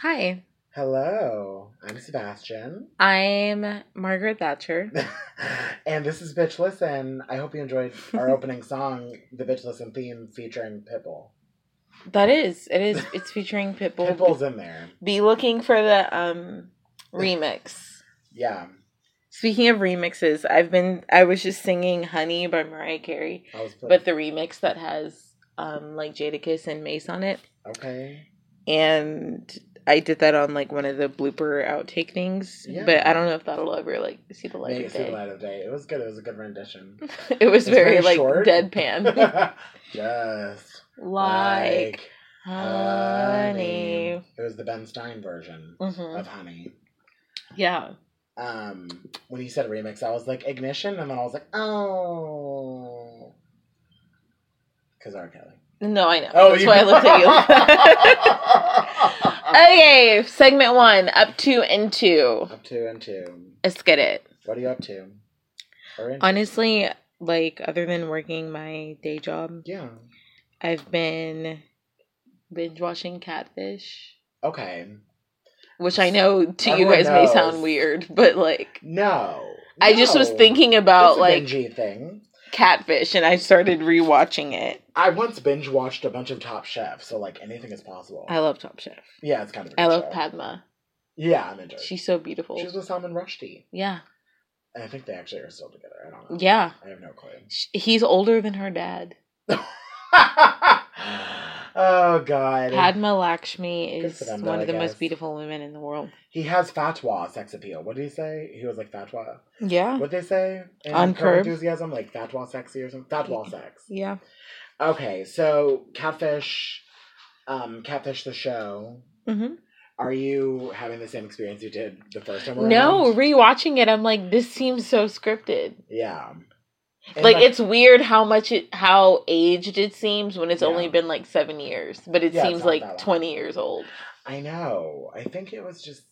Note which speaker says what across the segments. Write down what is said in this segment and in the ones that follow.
Speaker 1: Hi,
Speaker 2: Hello, I'm Sebastian.
Speaker 1: I'm Margaret Thatcher.
Speaker 2: and this is Bitch Listen. I hope you enjoyed our opening song, the Bitch Listen theme featuring Pitbull.
Speaker 1: That is, it is, it's featuring Pitbull.
Speaker 2: Pitbull's in there.
Speaker 1: Be looking for the um remix.
Speaker 2: Yeah,
Speaker 1: Speaking of remixes, I've been, I was just singing Honey by Mariah Carey,
Speaker 2: I was put-
Speaker 1: but the remix that has um like Jadakiss and Mace on it.
Speaker 2: okay.
Speaker 1: And I did that on like one of the blooper outtake things,
Speaker 2: Yeah.
Speaker 1: but I don't know if that'll ever like see the light of
Speaker 2: Made it through the
Speaker 1: day.
Speaker 2: light of day. It was good. It was a good rendition.
Speaker 1: It was
Speaker 2: It's
Speaker 1: very,
Speaker 2: very
Speaker 1: like
Speaker 2: short.
Speaker 1: deadpan.
Speaker 2: Just
Speaker 1: like
Speaker 2: honey.
Speaker 1: honey.
Speaker 2: It was the Ben Stein version
Speaker 1: hmm
Speaker 2: of Honey.
Speaker 1: Yeah.
Speaker 2: Um, when you said remix, I was like ignition, and then I was like, oh, because R. Kelly.
Speaker 1: No, I know.
Speaker 2: Oh,
Speaker 1: That's
Speaker 2: you-
Speaker 1: why I looked at you. okay, segment one, up two and two.
Speaker 2: up two and two.
Speaker 1: Let's get it.
Speaker 2: What are you up to? Or in-
Speaker 1: Honestly, like other than working my day job,
Speaker 2: yeah.
Speaker 1: I've been binge watching Catfish,
Speaker 2: Okay.
Speaker 1: which I know to you
Speaker 2: Everyone
Speaker 1: guys may
Speaker 2: knows.
Speaker 1: sound weird, but like
Speaker 2: No.
Speaker 1: I just was
Speaker 2: No.
Speaker 1: thinking
Speaker 2: It's
Speaker 1: about
Speaker 2: a
Speaker 1: like
Speaker 2: bingey thing.
Speaker 1: Catfish, and I started rewatching it.
Speaker 2: I once binge watched a bunch of Top Chef, so like anything is possible.
Speaker 1: I love Top Chef.
Speaker 2: yeah, it's kind of. a
Speaker 1: I
Speaker 2: good
Speaker 1: love
Speaker 2: show.
Speaker 1: Padma.
Speaker 2: Yeah, I'm into it.
Speaker 1: She's so beautiful.
Speaker 2: She's with Salman Rushdie,
Speaker 1: yeah,
Speaker 2: and I think they actually are still together. I don't know.
Speaker 1: yeah.
Speaker 2: I have no clue.
Speaker 1: Sh- He's older than her dad.
Speaker 2: oh God.
Speaker 1: Padma Lakshmi
Speaker 2: Good
Speaker 1: is
Speaker 2: for them, though,
Speaker 1: one of
Speaker 2: I
Speaker 1: the
Speaker 2: guess.
Speaker 1: most beautiful women in the world.
Speaker 2: He has fatwa sex appeal. What did he say? He was like fatwa.
Speaker 1: Yeah.
Speaker 2: What they say in
Speaker 1: Ah. On
Speaker 2: Curb
Speaker 1: Curb?
Speaker 2: enthusiasm, like fatwa sexy or something. Fatwa sex.
Speaker 1: Yeah.
Speaker 2: Okay, so catfish, um, catfish the show.
Speaker 1: hmm
Speaker 2: Are you having the same experience you did the first time?
Speaker 1: No,
Speaker 2: around?
Speaker 1: rewatching it, I'm like, this seems so scripted.
Speaker 2: Yeah. And,
Speaker 1: Like, it's weird how much it, how aged it seems when it's
Speaker 2: Yeah.
Speaker 1: only been like seven years, but it
Speaker 2: Yeah, it's
Speaker 1: seems
Speaker 2: not that long.
Speaker 1: like 20 years old.
Speaker 2: I know. I think it was just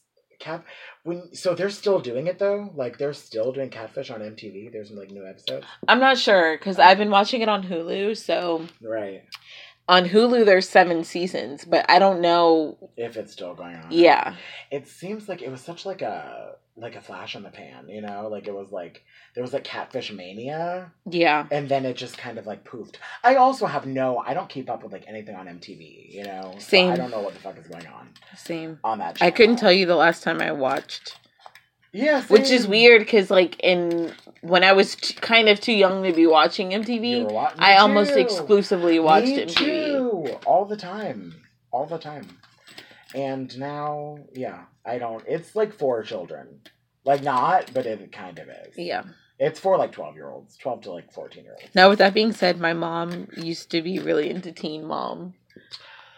Speaker 2: cat. When so they're still doing it though. Like they're still doing catfish on MTV. There's like new episodes.
Speaker 1: I'm not sure because I've been watching it on Hulu. So
Speaker 2: Right.
Speaker 1: on Hulu, there's seven seasons, but I don't know.
Speaker 2: If it's still going on.
Speaker 1: Yeah.
Speaker 2: it seems like it was such like a like a flash in the pan, you know? Like it was like there was like catfish mania
Speaker 1: Yeah.
Speaker 2: and then it just kind of like poofed. I also have no I don't keep up with like anything on MTV, you know? So
Speaker 1: Same.
Speaker 2: I don't know what the fuck is going on
Speaker 1: Same.
Speaker 2: on that channel.
Speaker 1: I couldn't tell you the last time I watched
Speaker 2: Yeah,
Speaker 1: which is
Speaker 2: same.
Speaker 1: weird because like in when i was t- kind of too young to be watching
Speaker 2: You
Speaker 1: mtv
Speaker 2: were wa-
Speaker 1: i
Speaker 2: Me
Speaker 1: almost
Speaker 2: too.
Speaker 1: exclusively watched
Speaker 2: Me
Speaker 1: mtv
Speaker 2: too. all the time. All the time. And now, yeah, I don't it's like for children. Like not, but it kind of is.
Speaker 1: yeah
Speaker 2: It's for like 12 year olds, 12 to like 14 year olds.
Speaker 1: now with that being said my mom used to be really into teen mom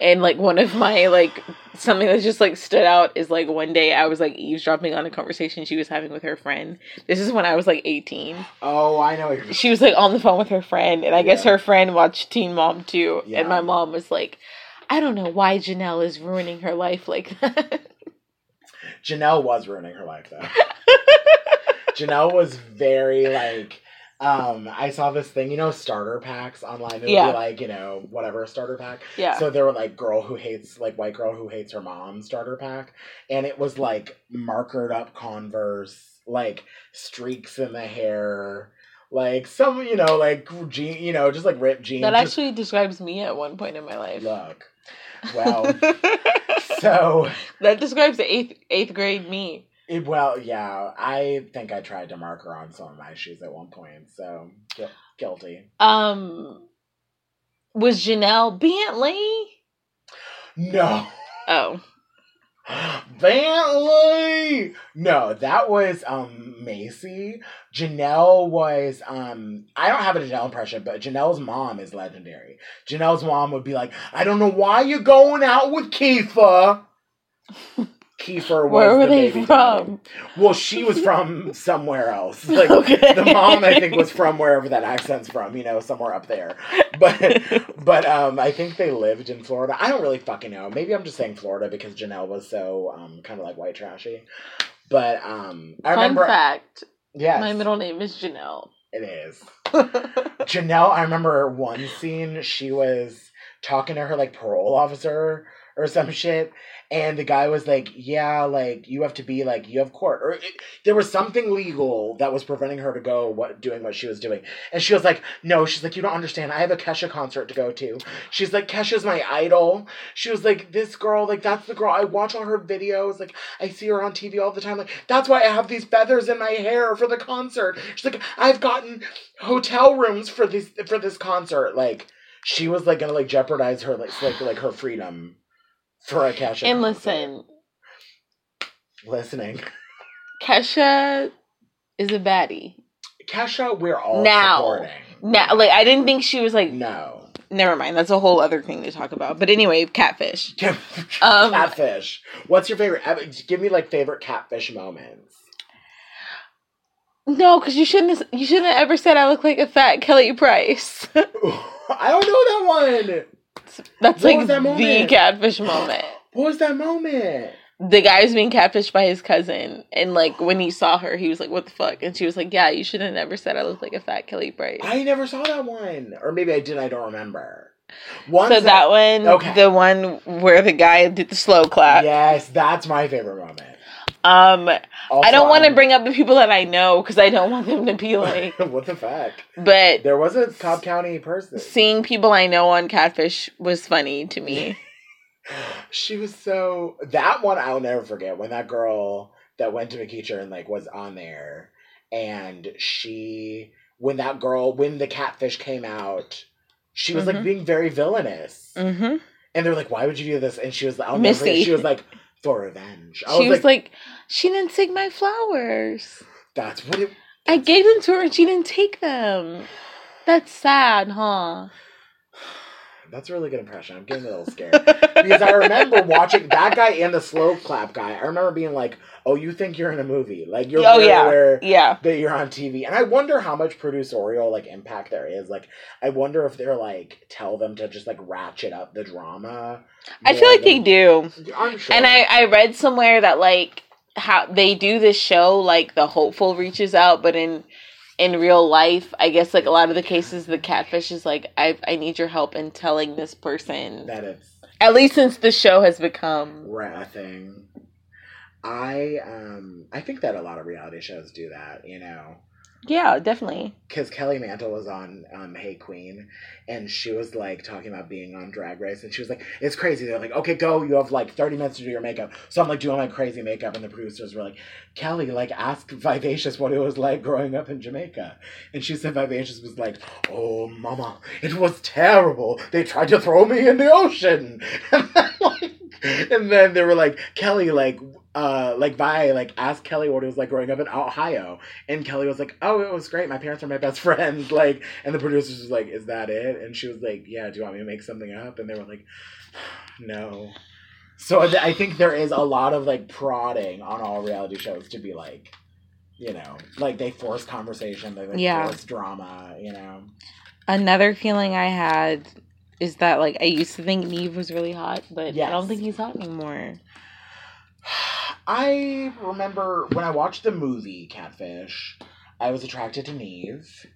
Speaker 1: and like one of my like something that just like stood out is like one day i was like eavesdropping on a conversation she was having with her friend this is when i was like 18
Speaker 2: Oh, I know. what you're-
Speaker 1: she was like on the phone with her friend, and I guess
Speaker 2: Yeah.
Speaker 1: her friend watched Teen Mom too.
Speaker 2: Yeah.
Speaker 1: And my mom was like, I don't know why Janelle is ruining her life like that.
Speaker 2: Janelle was ruining her life though. Janelle was very like um I saw this thing, you know, starter packs online. It would
Speaker 1: Yeah.
Speaker 2: be like, you know, whatever starter pack.
Speaker 1: yeah.
Speaker 2: So there were like girl who hates like white girl who hates her mom starter pack. And it was like markered up converse, like streaks in the hair, like some, you know, like jean you know, just like ripped jeans.
Speaker 1: that
Speaker 2: just
Speaker 1: actually describes me at one point in my life.
Speaker 2: look. Well so
Speaker 1: that describes the eighth eighth grade me.
Speaker 2: It, well, yeah, I think I tried to mark her on some of my shoes at one point, so gu- guilty.
Speaker 1: Um was Janelle Bentley?
Speaker 2: No,
Speaker 1: Oh.
Speaker 2: Bentley. No, that was um Macy. Janelle was um. I don't have a Janelle impression, but Janelle's mom is legendary. Janelle's mom would be like, "I don't know why you're going out with Kiefer." Kiefer was
Speaker 1: Where were
Speaker 2: the
Speaker 1: they
Speaker 2: baby daddy.
Speaker 1: from?
Speaker 2: Well, she was from somewhere else. Like
Speaker 1: Okay.
Speaker 2: the mom, I think, was from wherever that accent's from. You know, somewhere up there. But but um, I think they lived in Florida. I don't really fucking know. Maybe I'm just saying Florida because Janelle was so um, kind of like white trashy. But um, I
Speaker 1: Fun
Speaker 2: remember.
Speaker 1: fact,
Speaker 2: Yes,
Speaker 1: my middle name is Janelle.
Speaker 2: it is. Janelle, I remember one scene she was talking to her like parole officer or some shit. And the guy was like, yeah, like you have to be like you have court or it, there was something legal that was preventing her to go what doing what she was doing. And she was like, no, she's like you don't understand. I have a Kesha concert to go to. She's like Kesha's my idol. She was like this girl, like that's the girl I watch all her videos. Like I see her on TV all the time. Like that's why I have these feathers in my hair for the concert. She's like I've gotten hotel rooms for this for this concert. Like she was like gonna like jeopardize her like like like her freedom for a Kesha.
Speaker 1: And
Speaker 2: concert.
Speaker 1: listen,
Speaker 2: listening.
Speaker 1: Kesha is a baddie.
Speaker 2: Kesha, we're all
Speaker 1: Now.
Speaker 2: supporting.
Speaker 1: Now, like I didn't think she was like.
Speaker 2: No.
Speaker 1: Never mind. That's a whole other thing to talk about. But anyway, catfish. Um,
Speaker 2: catfish. What's your favorite? uh, Give me like favorite catfish moments.
Speaker 1: No, because you shouldn't. You shouldn't have ever said I look like a fat Kelly Price.
Speaker 2: I don't know that one.
Speaker 1: That's
Speaker 2: What
Speaker 1: like
Speaker 2: was that
Speaker 1: the
Speaker 2: moment?
Speaker 1: catfish moment.
Speaker 2: What was that moment?
Speaker 1: The guy was being catfished by his cousin, and like when he saw her, he was like, "What the fuck?" And she was like, "Yeah, you should have never said I look like a fat Kelly Price."
Speaker 2: I never saw that one, or maybe I did. I don't remember. One
Speaker 1: so that one,
Speaker 2: okay.
Speaker 1: the one where the guy did the slow clap.
Speaker 2: yes, that's my favorite moment.
Speaker 1: Um, I
Speaker 2: Also,
Speaker 1: don't want to
Speaker 2: I'm-
Speaker 1: bring up the people that I know because I don't want them to be like.
Speaker 2: what the fuck?
Speaker 1: But
Speaker 2: There was a Cobb County person.
Speaker 1: seeing people I know on catfish was funny to me.
Speaker 2: She was so that one I'll never forget when that girl that went to McEacher and like was on there and she when that girl when the catfish came out, she was
Speaker 1: Mhm.
Speaker 2: like being very villainous.
Speaker 1: hmm
Speaker 2: And they're like, Why would you do this? And she was I'll never forget,
Speaker 1: Missy.
Speaker 2: she was like, For revenge. I
Speaker 1: she was like, "She didn't take my flowers."
Speaker 2: That's what it
Speaker 1: I gave them to her and she didn't take them. That's sad, huh?
Speaker 2: that's a really good impression. I'm getting a little scared. because I remember watching that guy and the slow clap guy. I remember being like, "Oh, you think you're in a movie? Like you're
Speaker 1: Oh,
Speaker 2: very
Speaker 1: yeah.
Speaker 2: aware
Speaker 1: yeah.
Speaker 2: that you're on TV." And I wonder how much producerial like impact there is. Like, I wonder if they're like tell them to just like ratchet up the drama.
Speaker 1: I feel like they do.
Speaker 2: do. I'm sure.
Speaker 1: And I, I read somewhere that like how they do this show like the hopeful reaches out, but in in real life, I guess like a lot of the cases the catfish is like, I I need your help in telling this person.
Speaker 2: that it's
Speaker 1: At least since the show has become
Speaker 2: a thing. I um I think that a lot of reality shows do that. You know.
Speaker 1: Yeah, definitely.
Speaker 2: because Kelly Mantle was on um, Hey Queen, and she was like talking about being on Drag Race, and she was like, "It's crazy." They're like, "Okay, go. You have like thirty minutes to do your makeup." So I'm like doing my crazy makeup, and the producers were like, "Kelly, like ask Vivacious what it was like growing up in Jamaica," and she said Vivacious was like, "Oh, mama, it was terrible. They tried to throw me in the ocean," and then, like, and then they were like, "Kelly, like." Uh, like Vi, like asked Kelly what it was like growing up in Ohio, and Kelly was like, "Oh, it was great. My parents are my best friends." Like, and the producers was like, "Is that it?" And she was like, "Yeah. Do you want me to make something up?" And they were like, "No." So I th- I think there is a lot of like prodding on all reality shows to be like, you know, like they force conversation, they like,
Speaker 1: Yeah.
Speaker 2: force drama, you know.
Speaker 1: Another feeling I had is that like I used to think Neve was really hot, but I don't
Speaker 2: Yes.
Speaker 1: think he's hot anymore.
Speaker 2: I remember when I watched the movie Catfish, I was attracted to Neve.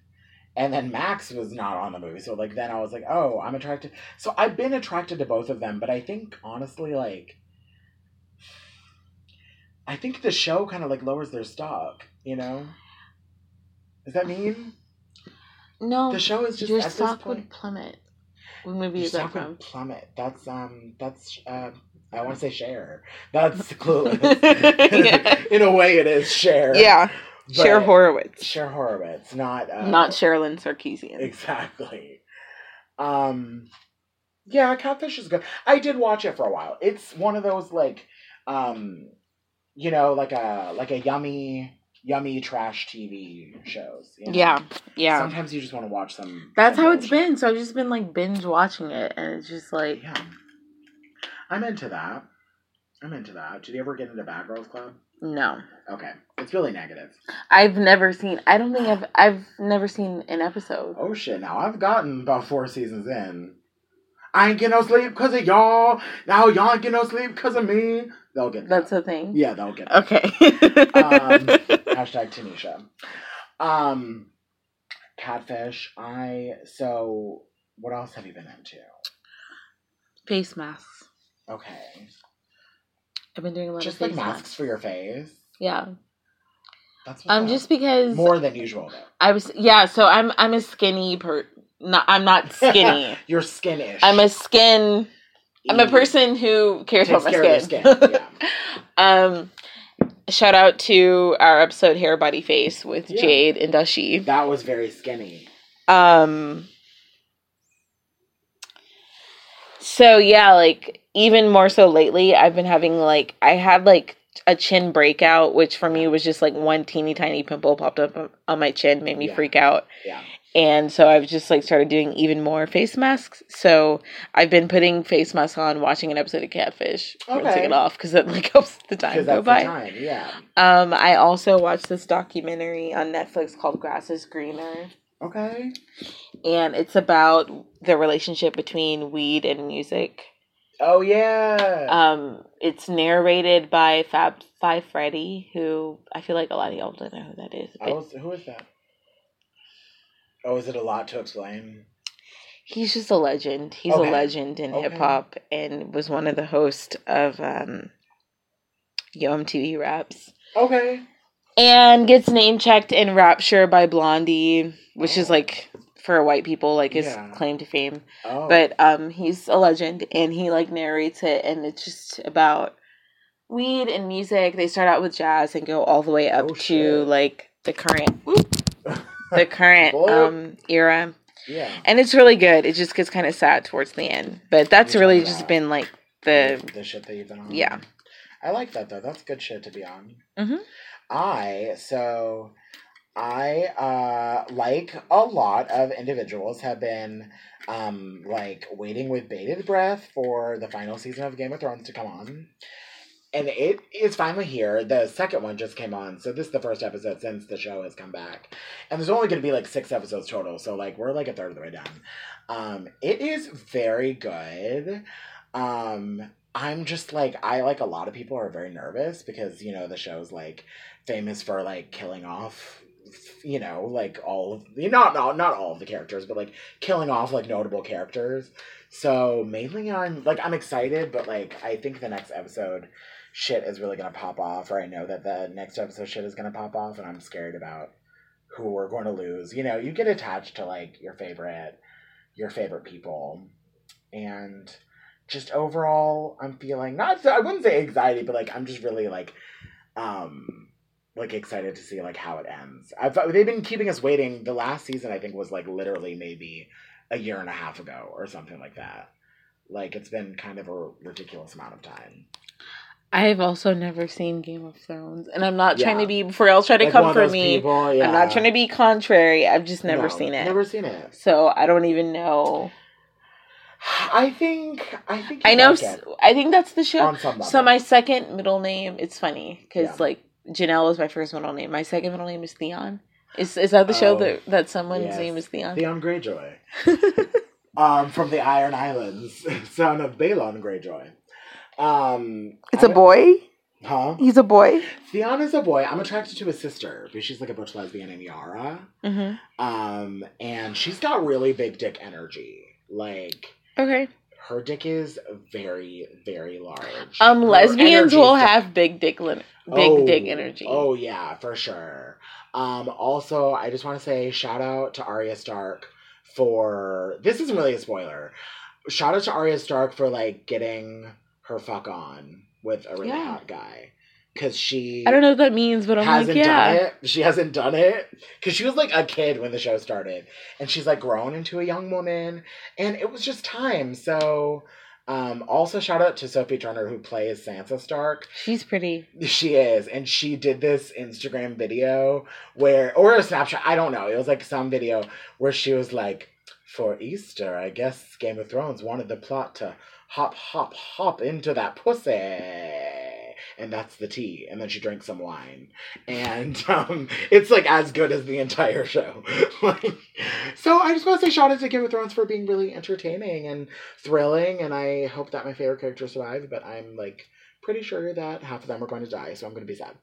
Speaker 2: And then Max was not on the movie. So like then I was like, oh, I'm attracted. So I've been attracted to both of them, but I think honestly, like I think the show kind of like lowers their stock, you know? Does that mean?
Speaker 1: No,
Speaker 2: The show is just
Speaker 1: your
Speaker 2: at
Speaker 1: stock
Speaker 2: this point.
Speaker 1: would plummet. What movie
Speaker 2: Your
Speaker 1: is that
Speaker 2: stock would
Speaker 1: from?
Speaker 2: plummet. That's um that's uh I want to say share. That's clueless.
Speaker 1: yeah,
Speaker 2: In a way it is share.
Speaker 1: yeah.
Speaker 2: But-
Speaker 1: Cher Horowitz,
Speaker 2: Cher Horowitz, not uh,
Speaker 1: not Sherilyn Sarkeesian.
Speaker 2: exactly. Um, yeah, Catfish is good. I did watch it for a while. It's one of those like, um, you know, like a like a yummy, yummy trash TV shows. you know?
Speaker 1: yeah, yeah.
Speaker 2: Sometimes you just want to watch some.
Speaker 1: That's
Speaker 2: some
Speaker 1: how it's
Speaker 2: bullshit.
Speaker 1: been. So I've just been like binge watching it, and it's just like
Speaker 2: Yeah, I'm into that. I'm into that. Did you ever get into Bad Girls Club?
Speaker 1: no.
Speaker 2: Okay, it's really negative.
Speaker 1: I've never seen. I don't think I've. I've never seen an episode.
Speaker 2: Oh shit, now I've gotten about four seasons in. I ain't get no sleep because of y'all. Now y'all ain't get no sleep because of me. They'll get
Speaker 1: That's
Speaker 2: that.
Speaker 1: a thing.
Speaker 2: Yeah, they'll get that.
Speaker 1: Okay.
Speaker 2: Um, Hashtag Tanisha. Um, catfish. I, so what else have you been into?
Speaker 1: Face masks.
Speaker 2: Okay.
Speaker 1: I've been doing a lot
Speaker 2: Just
Speaker 1: of
Speaker 2: like
Speaker 1: face
Speaker 2: masks for your face.
Speaker 1: Yeah.
Speaker 2: That's what's
Speaker 1: Um
Speaker 2: up.
Speaker 1: just because
Speaker 2: more than usual though.
Speaker 1: I was yeah, so I'm I'm a skinny per not I'm not skinny.
Speaker 2: Your skin ish.
Speaker 1: I'm a skin I'm a person who cares
Speaker 2: Takes
Speaker 1: about my
Speaker 2: care of your
Speaker 1: skin.
Speaker 2: skin. Yeah.
Speaker 1: um shout out to our episode Hair Body Face with
Speaker 2: Yeah.
Speaker 1: Jade and Dashi.
Speaker 2: That was very skinny.
Speaker 1: Um So yeah, like even more so lately, I've been having like I had like a chin breakout, which for me was just like one teeny tiny pimple popped up on- on my chin, made me
Speaker 2: Yeah.
Speaker 1: freak out.
Speaker 2: Yeah.
Speaker 1: And so I've just like started doing even more face masks. So I've been putting face masks on, watching an episode of Catfish, rinsing
Speaker 2: Okay.
Speaker 1: it off because that like helps the time
Speaker 2: Because
Speaker 1: go
Speaker 2: that's
Speaker 1: by.
Speaker 2: the time. Yeah.
Speaker 1: Um, I also watched this documentary on Netflix called "Grass Is Greener."
Speaker 2: Okay.
Speaker 1: and it's about the relationship between weed and music.
Speaker 2: Oh yeah.
Speaker 1: Um, it's narrated by Fab Five Freddy, who I feel like a lot of y'all don't know who that is.
Speaker 2: I
Speaker 1: But
Speaker 2: was, who is that? Oh, is it a lot to explain?
Speaker 1: he's just a legend. He's
Speaker 2: Okay.
Speaker 1: a legend in
Speaker 2: Okay.
Speaker 1: hip hop and was one of the hosts of um, Yo MTV Raps.
Speaker 2: Okay.
Speaker 1: And gets name checked in Rapture by Blondie, which is like for white people, like his
Speaker 2: Yeah.
Speaker 1: claim to fame.
Speaker 2: Oh.
Speaker 1: but um he's a legend and he like narrates it and it's just about weed and music they start out with jazz and go all the way up
Speaker 2: Oh,
Speaker 1: to
Speaker 2: shit.
Speaker 1: like the current the current
Speaker 2: What?
Speaker 1: um era
Speaker 2: yeah.
Speaker 1: and it's really good it just gets kind of sad towards the end but that's
Speaker 2: You're
Speaker 1: really
Speaker 2: talking
Speaker 1: just
Speaker 2: about-
Speaker 1: been like the
Speaker 2: the shit that you've been on.
Speaker 1: Yeah.
Speaker 2: I like that though. That's good shit to be on.
Speaker 1: Mhm.
Speaker 2: I so I uh like a lot of individuals have been um like waiting with bated breath for the final season of Game of Thrones to come on. And it is finally here. The second one just came on. So this is the first episode since the show has come back. And there's only gonna be like six episodes total, so like we're like a third of the way done. Um it is very good. Um I'm just like I like a lot of people are very nervous because you know the show's like famous for like killing off you know like all of not not not all of the characters but like killing off like notable characters. So mainly I'm like I'm excited but like I think the next episode shit is really going to pop off or I know that the next episode shit is going to pop off and I'm scared about who we're going to lose. You know, you get attached to like your favorite your favorite people and just overall i'm feeling not i wouldn't say anxiety but like i'm just really like um like excited to see like how it ends i've they've been keeping us waiting the last season i think was like literally maybe a year and a half ago or something like that like it's been kind of a ridiculous amount of time
Speaker 1: i've also never seen game of thrones and i'm not trying
Speaker 2: Yeah.
Speaker 1: to be before y'all try to
Speaker 2: Like, one
Speaker 1: come
Speaker 2: of
Speaker 1: for
Speaker 2: those
Speaker 1: me
Speaker 2: people, yeah.
Speaker 1: i'm not trying to be contrary i've just never
Speaker 2: No,
Speaker 1: seen it
Speaker 2: never seen it
Speaker 1: so i don't even know
Speaker 2: i think i think
Speaker 1: I
Speaker 2: you'd
Speaker 1: know.
Speaker 2: like
Speaker 1: s-
Speaker 2: it
Speaker 1: I think that's the show.
Speaker 2: on some level.
Speaker 1: So my second middle name. It's funny because
Speaker 2: Yeah.
Speaker 1: like Janelle is my first middle name. My second middle name is Theon. Is is that the show
Speaker 2: Oh,
Speaker 1: that that someone's
Speaker 2: yes.
Speaker 1: name is Theon?
Speaker 2: Theon Greyjoy. um, from the Iron Islands, son of Balon Greyjoy. Um, I'm-
Speaker 1: boy.
Speaker 2: Huh?
Speaker 1: He's a boy.
Speaker 2: Theon is a boy. I'm attracted to his sister, but she's like a butch lesbian named Yara.
Speaker 1: hmm
Speaker 2: Um, and she's got really big dick energy. Like,
Speaker 1: Okay.
Speaker 2: her dick is very, very large.
Speaker 1: Um,
Speaker 2: Her
Speaker 1: lesbians
Speaker 2: energy
Speaker 1: will
Speaker 2: is-
Speaker 1: have big dick lin- big
Speaker 2: Oh,
Speaker 1: dick energy.
Speaker 2: Oh yeah, for sure. Um, also, I just want to say shout out to Arya Stark for this isn't really a spoiler. Shout out to Arya Stark for like getting her fuck on with a really
Speaker 1: Yeah.
Speaker 2: hot guy because she
Speaker 1: I don't know what that means, but I'm
Speaker 2: hasn't
Speaker 1: like, yeah.
Speaker 2: done it. She hasn't done it because she was like a kid when the show started, and she's like grown into a young woman, and it was just time. So. Um, also, shout out to Sophie Turner who plays Sansa Stark.
Speaker 1: She's pretty.
Speaker 2: She is, and she did this Instagram video where, or a Snapchat, I don't know. It was like some video where she was like, "For Easter, I guess Game of Thrones wanted the plot to hop, hop, hop into that pussy." And that's the tea. And then she drank some wine. And um, it's like as good as the entire show. like, so I just want to say shout out to Game of Thrones for being really entertaining and thrilling. And I hope that my favorite characters survive, but I'm like pretty sure that half of them are going to die, so I'm going to be sad.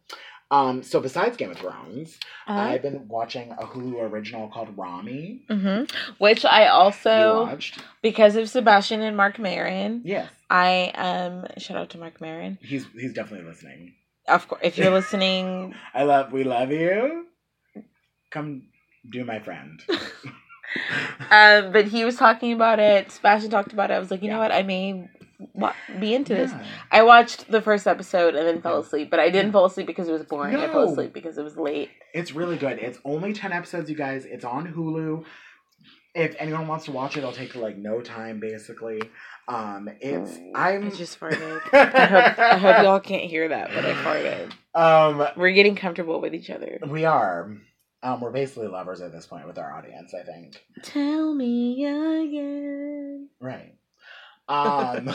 Speaker 2: Um, so besides Game of Thrones,
Speaker 1: Uh,
Speaker 2: I've been watching a Hulu original called Rami.
Speaker 1: mhm. Which I
Speaker 2: you
Speaker 1: also,
Speaker 2: watched?
Speaker 1: because of Sebastian and Mark Marin,
Speaker 2: Yes,
Speaker 1: I um shout out to Mark Marin.
Speaker 2: he's he's definitely listening.
Speaker 1: Of course, if you're listening,
Speaker 2: I love, we love you. Come do my friend.
Speaker 1: um, but he was talking about it. Sebastian talked about it. I was like, you know
Speaker 2: Yeah.
Speaker 1: what? I may wa- be into this.
Speaker 2: Yeah.
Speaker 1: I watched the first episode and then fell asleep, but I didn't
Speaker 2: Yeah.
Speaker 1: fall asleep because it was boring. I fell
Speaker 2: No.
Speaker 1: asleep because it was late.
Speaker 2: It's really good. It's only 10 episodes, you guys. It's on Hulu. If anyone wants to watch it, it'll take like no time basically. Um it's I'm
Speaker 1: I just farted. Oh. I hope, I hope y'all can't hear that, but I farted.
Speaker 2: um
Speaker 1: We're getting comfortable with each other.
Speaker 2: we are um we're basically lovers at this point with our audience, I think.
Speaker 1: Tell me again.
Speaker 2: Right. Um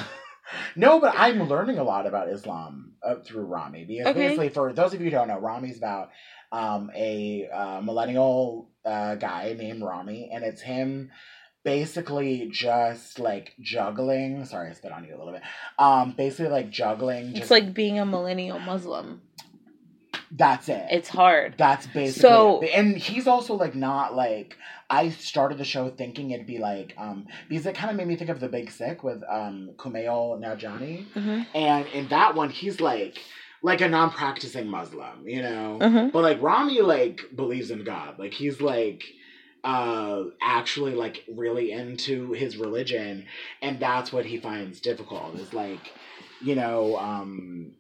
Speaker 2: No, but I'm learning a lot about Islam uh, through Rami because
Speaker 1: Okay.
Speaker 2: basically, for those of you who don't know, Rami's about um, a uh, millennial uh, guy named Rami, and it's him basically just like juggling. Sorry, I spit on you a little bit. Um, basically, like juggling. Just,
Speaker 1: It's like being a millennial Muslim.
Speaker 2: that's it.
Speaker 1: It's hard.
Speaker 2: That's basically
Speaker 1: So-
Speaker 2: it. and he's also like not like I started the show thinking it'd be like um because it kind of made me think of The Big Sick with um Kumail Najani.
Speaker 1: Mm-hmm.
Speaker 2: And in that one, he's like like a non-practicing Muslim, you know.
Speaker 1: Mm-hmm.
Speaker 2: But like Rami like believes in God. Like he's like uh actually like really into his religion and that's what he finds difficult is like you know um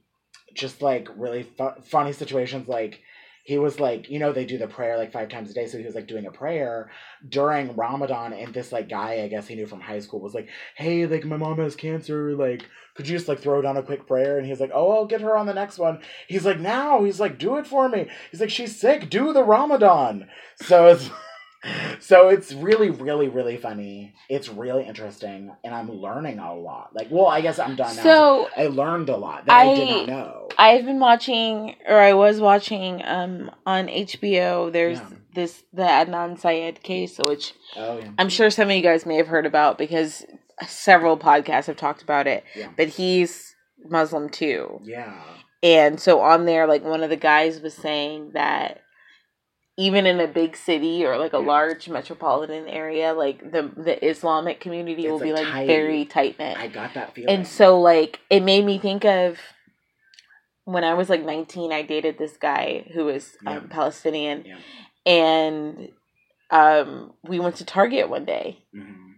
Speaker 2: just like really fu- funny situations like he was like you know they do the prayer like five times a day so he was like doing a prayer during ramadan and this like guy i guess he knew from high school was like hey like my mom has cancer like could you just like throw down a quick prayer and he's like oh i'll get her on the next one he's like now he's like do it for me he's like she's sick do the ramadan so it's so it's really really really funny it's really interesting and i'm learning a lot like well i guess i'm done now
Speaker 1: So
Speaker 2: I learned a lot that I,
Speaker 1: I-
Speaker 2: did not know.
Speaker 1: I've been watching, or I was watching, um, on HBO. There's
Speaker 2: Yeah.
Speaker 1: this the Adnan Syed case, which
Speaker 2: Oh yeah.
Speaker 1: I'm sure some of you guys may have heard about because several podcasts have talked about it.
Speaker 2: Yeah.
Speaker 1: But he's Muslim too.
Speaker 2: Yeah.
Speaker 1: And so on there, like one of the guys was saying that even in a big city or like a
Speaker 2: Yeah.
Speaker 1: large metropolitan area, like the the Islamic community
Speaker 2: It's,
Speaker 1: will be
Speaker 2: like,
Speaker 1: like
Speaker 2: tight.
Speaker 1: very tight knit.
Speaker 2: I got that feeling.
Speaker 1: And so like it made me think of when I was like 19, I dated this guy who was um,
Speaker 2: Yeah.
Speaker 1: Palestinian,
Speaker 2: Yeah.
Speaker 1: and um, we went to Target one day.
Speaker 2: Mhm.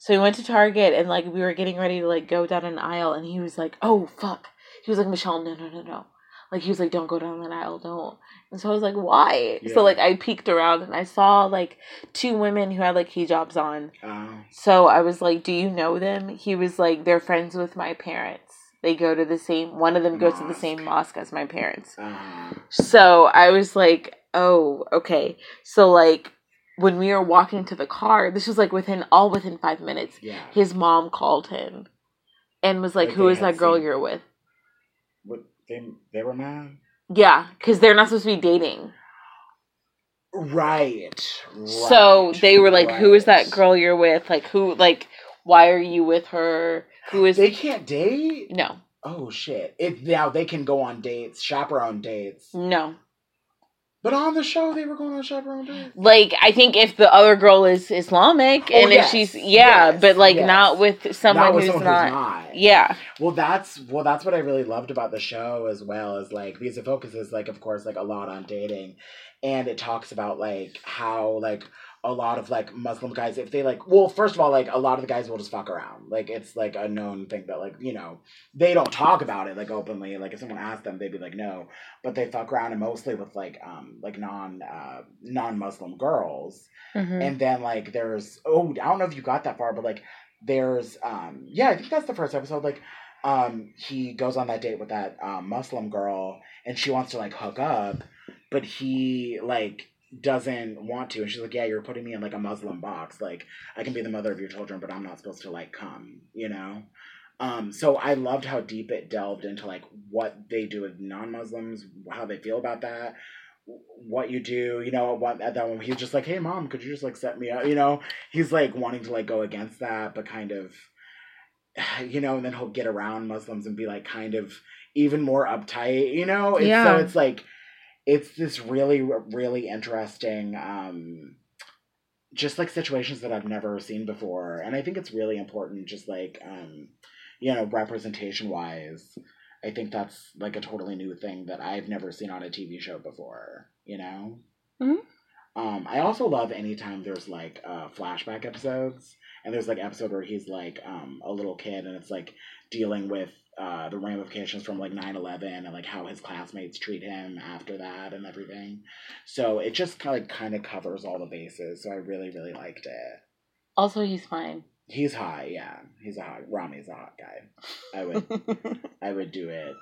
Speaker 1: So we went to Target and like we were getting ready to like go down an aisle and he was like, "Oh fuck." He was like, "Michelle, no, no, no, no." Like he was like, "Don't go down that aisle, don't." And so I was like, "Why?"
Speaker 2: Yeah.
Speaker 1: So like I peeked around and I saw like two women who had like hijabs on.
Speaker 2: Oh.
Speaker 1: So I was like, "Do you know them?" He was like, "They're friends with my parents. They go to the same one of them goes to the
Speaker 2: Mosque.
Speaker 1: same mosque as my parents."
Speaker 2: Uh,
Speaker 1: So I was like, oh, okay. So like when we were walking to the car, this was like within all within five minutes,
Speaker 2: yeah.
Speaker 1: his mom called him and was like,
Speaker 2: Like
Speaker 1: Who
Speaker 2: they
Speaker 1: is
Speaker 2: had
Speaker 1: that girl
Speaker 2: seen-
Speaker 1: you're with?
Speaker 2: What, they they were mine.
Speaker 1: Yeah, because they're not supposed to be dating.
Speaker 2: Right.
Speaker 1: So
Speaker 2: right,
Speaker 1: they were like, Who is that
Speaker 2: right.
Speaker 1: girl you're with? Like who like why are you with her? Who is
Speaker 2: They can't date.
Speaker 1: No.
Speaker 2: Oh shit! It now they can go on dates, chaperone dates.
Speaker 1: No.
Speaker 2: But on the show, they were going on chaperone dates.
Speaker 1: Like I think if the other girl is Islamic
Speaker 2: Oh,
Speaker 1: and
Speaker 2: yes,
Speaker 1: if she's yeah,
Speaker 2: yes,
Speaker 1: but like
Speaker 2: yes.
Speaker 1: not with someone
Speaker 2: Not with
Speaker 1: who's
Speaker 2: someone
Speaker 1: not.
Speaker 2: not.
Speaker 1: Yeah.
Speaker 2: Well, that's well, that's what I really loved about the show as well is like because it focuses like of course like a lot on dating, and it talks about like how like a lot of like Muslim guys if they like well first of all like a lot of the guys will just fuck around like it's like a known thing that like you know they don't talk about it like openly like if someone asked them they'd be like no but they fuck around and mostly with like um like non uh, non Muslim girls
Speaker 1: Mhm.
Speaker 2: and then like there's oh i don't know if you got that far but like there's um yeah i think that's the first episode like um he goes on that date with that um, muslim girl and she wants to like hook up but he like doesn't want to and she's like yeah you're putting me in like a muslim box like i can be the mother of your children but i'm not supposed to like come you know um so i loved how deep it delved into like what they do with non-muslims how they feel about that what you do, you know, at, one, at that one, he's just like, hey, mom, could you just like set me up? You know, he's like wanting to like go against that, but kind of, you know, and then he'll get around Muslims and be like kind of even more uptight, you know? It's,
Speaker 1: Yeah.
Speaker 2: So it's like, it's this really really interesting um just like situations that I've never seen before. And I think it's really important just like um you know, representation wise. I think that's like a totally new thing that I've never seen on a TV show before, you know?
Speaker 1: Mhm.
Speaker 2: Um, I also love anytime there's like uh, flashback episodes, and there's like episode where he's like um, a little kid, and it's like dealing with uh, the ramifications from like 9-11 and like how his classmates treat him after that and everything. So it just kind of like, kind of covers all the bases. So I really really liked it.
Speaker 1: Also, he's fine.
Speaker 2: He's high, yeah. He's a hot. Rami's a hot guy. I would I would do it.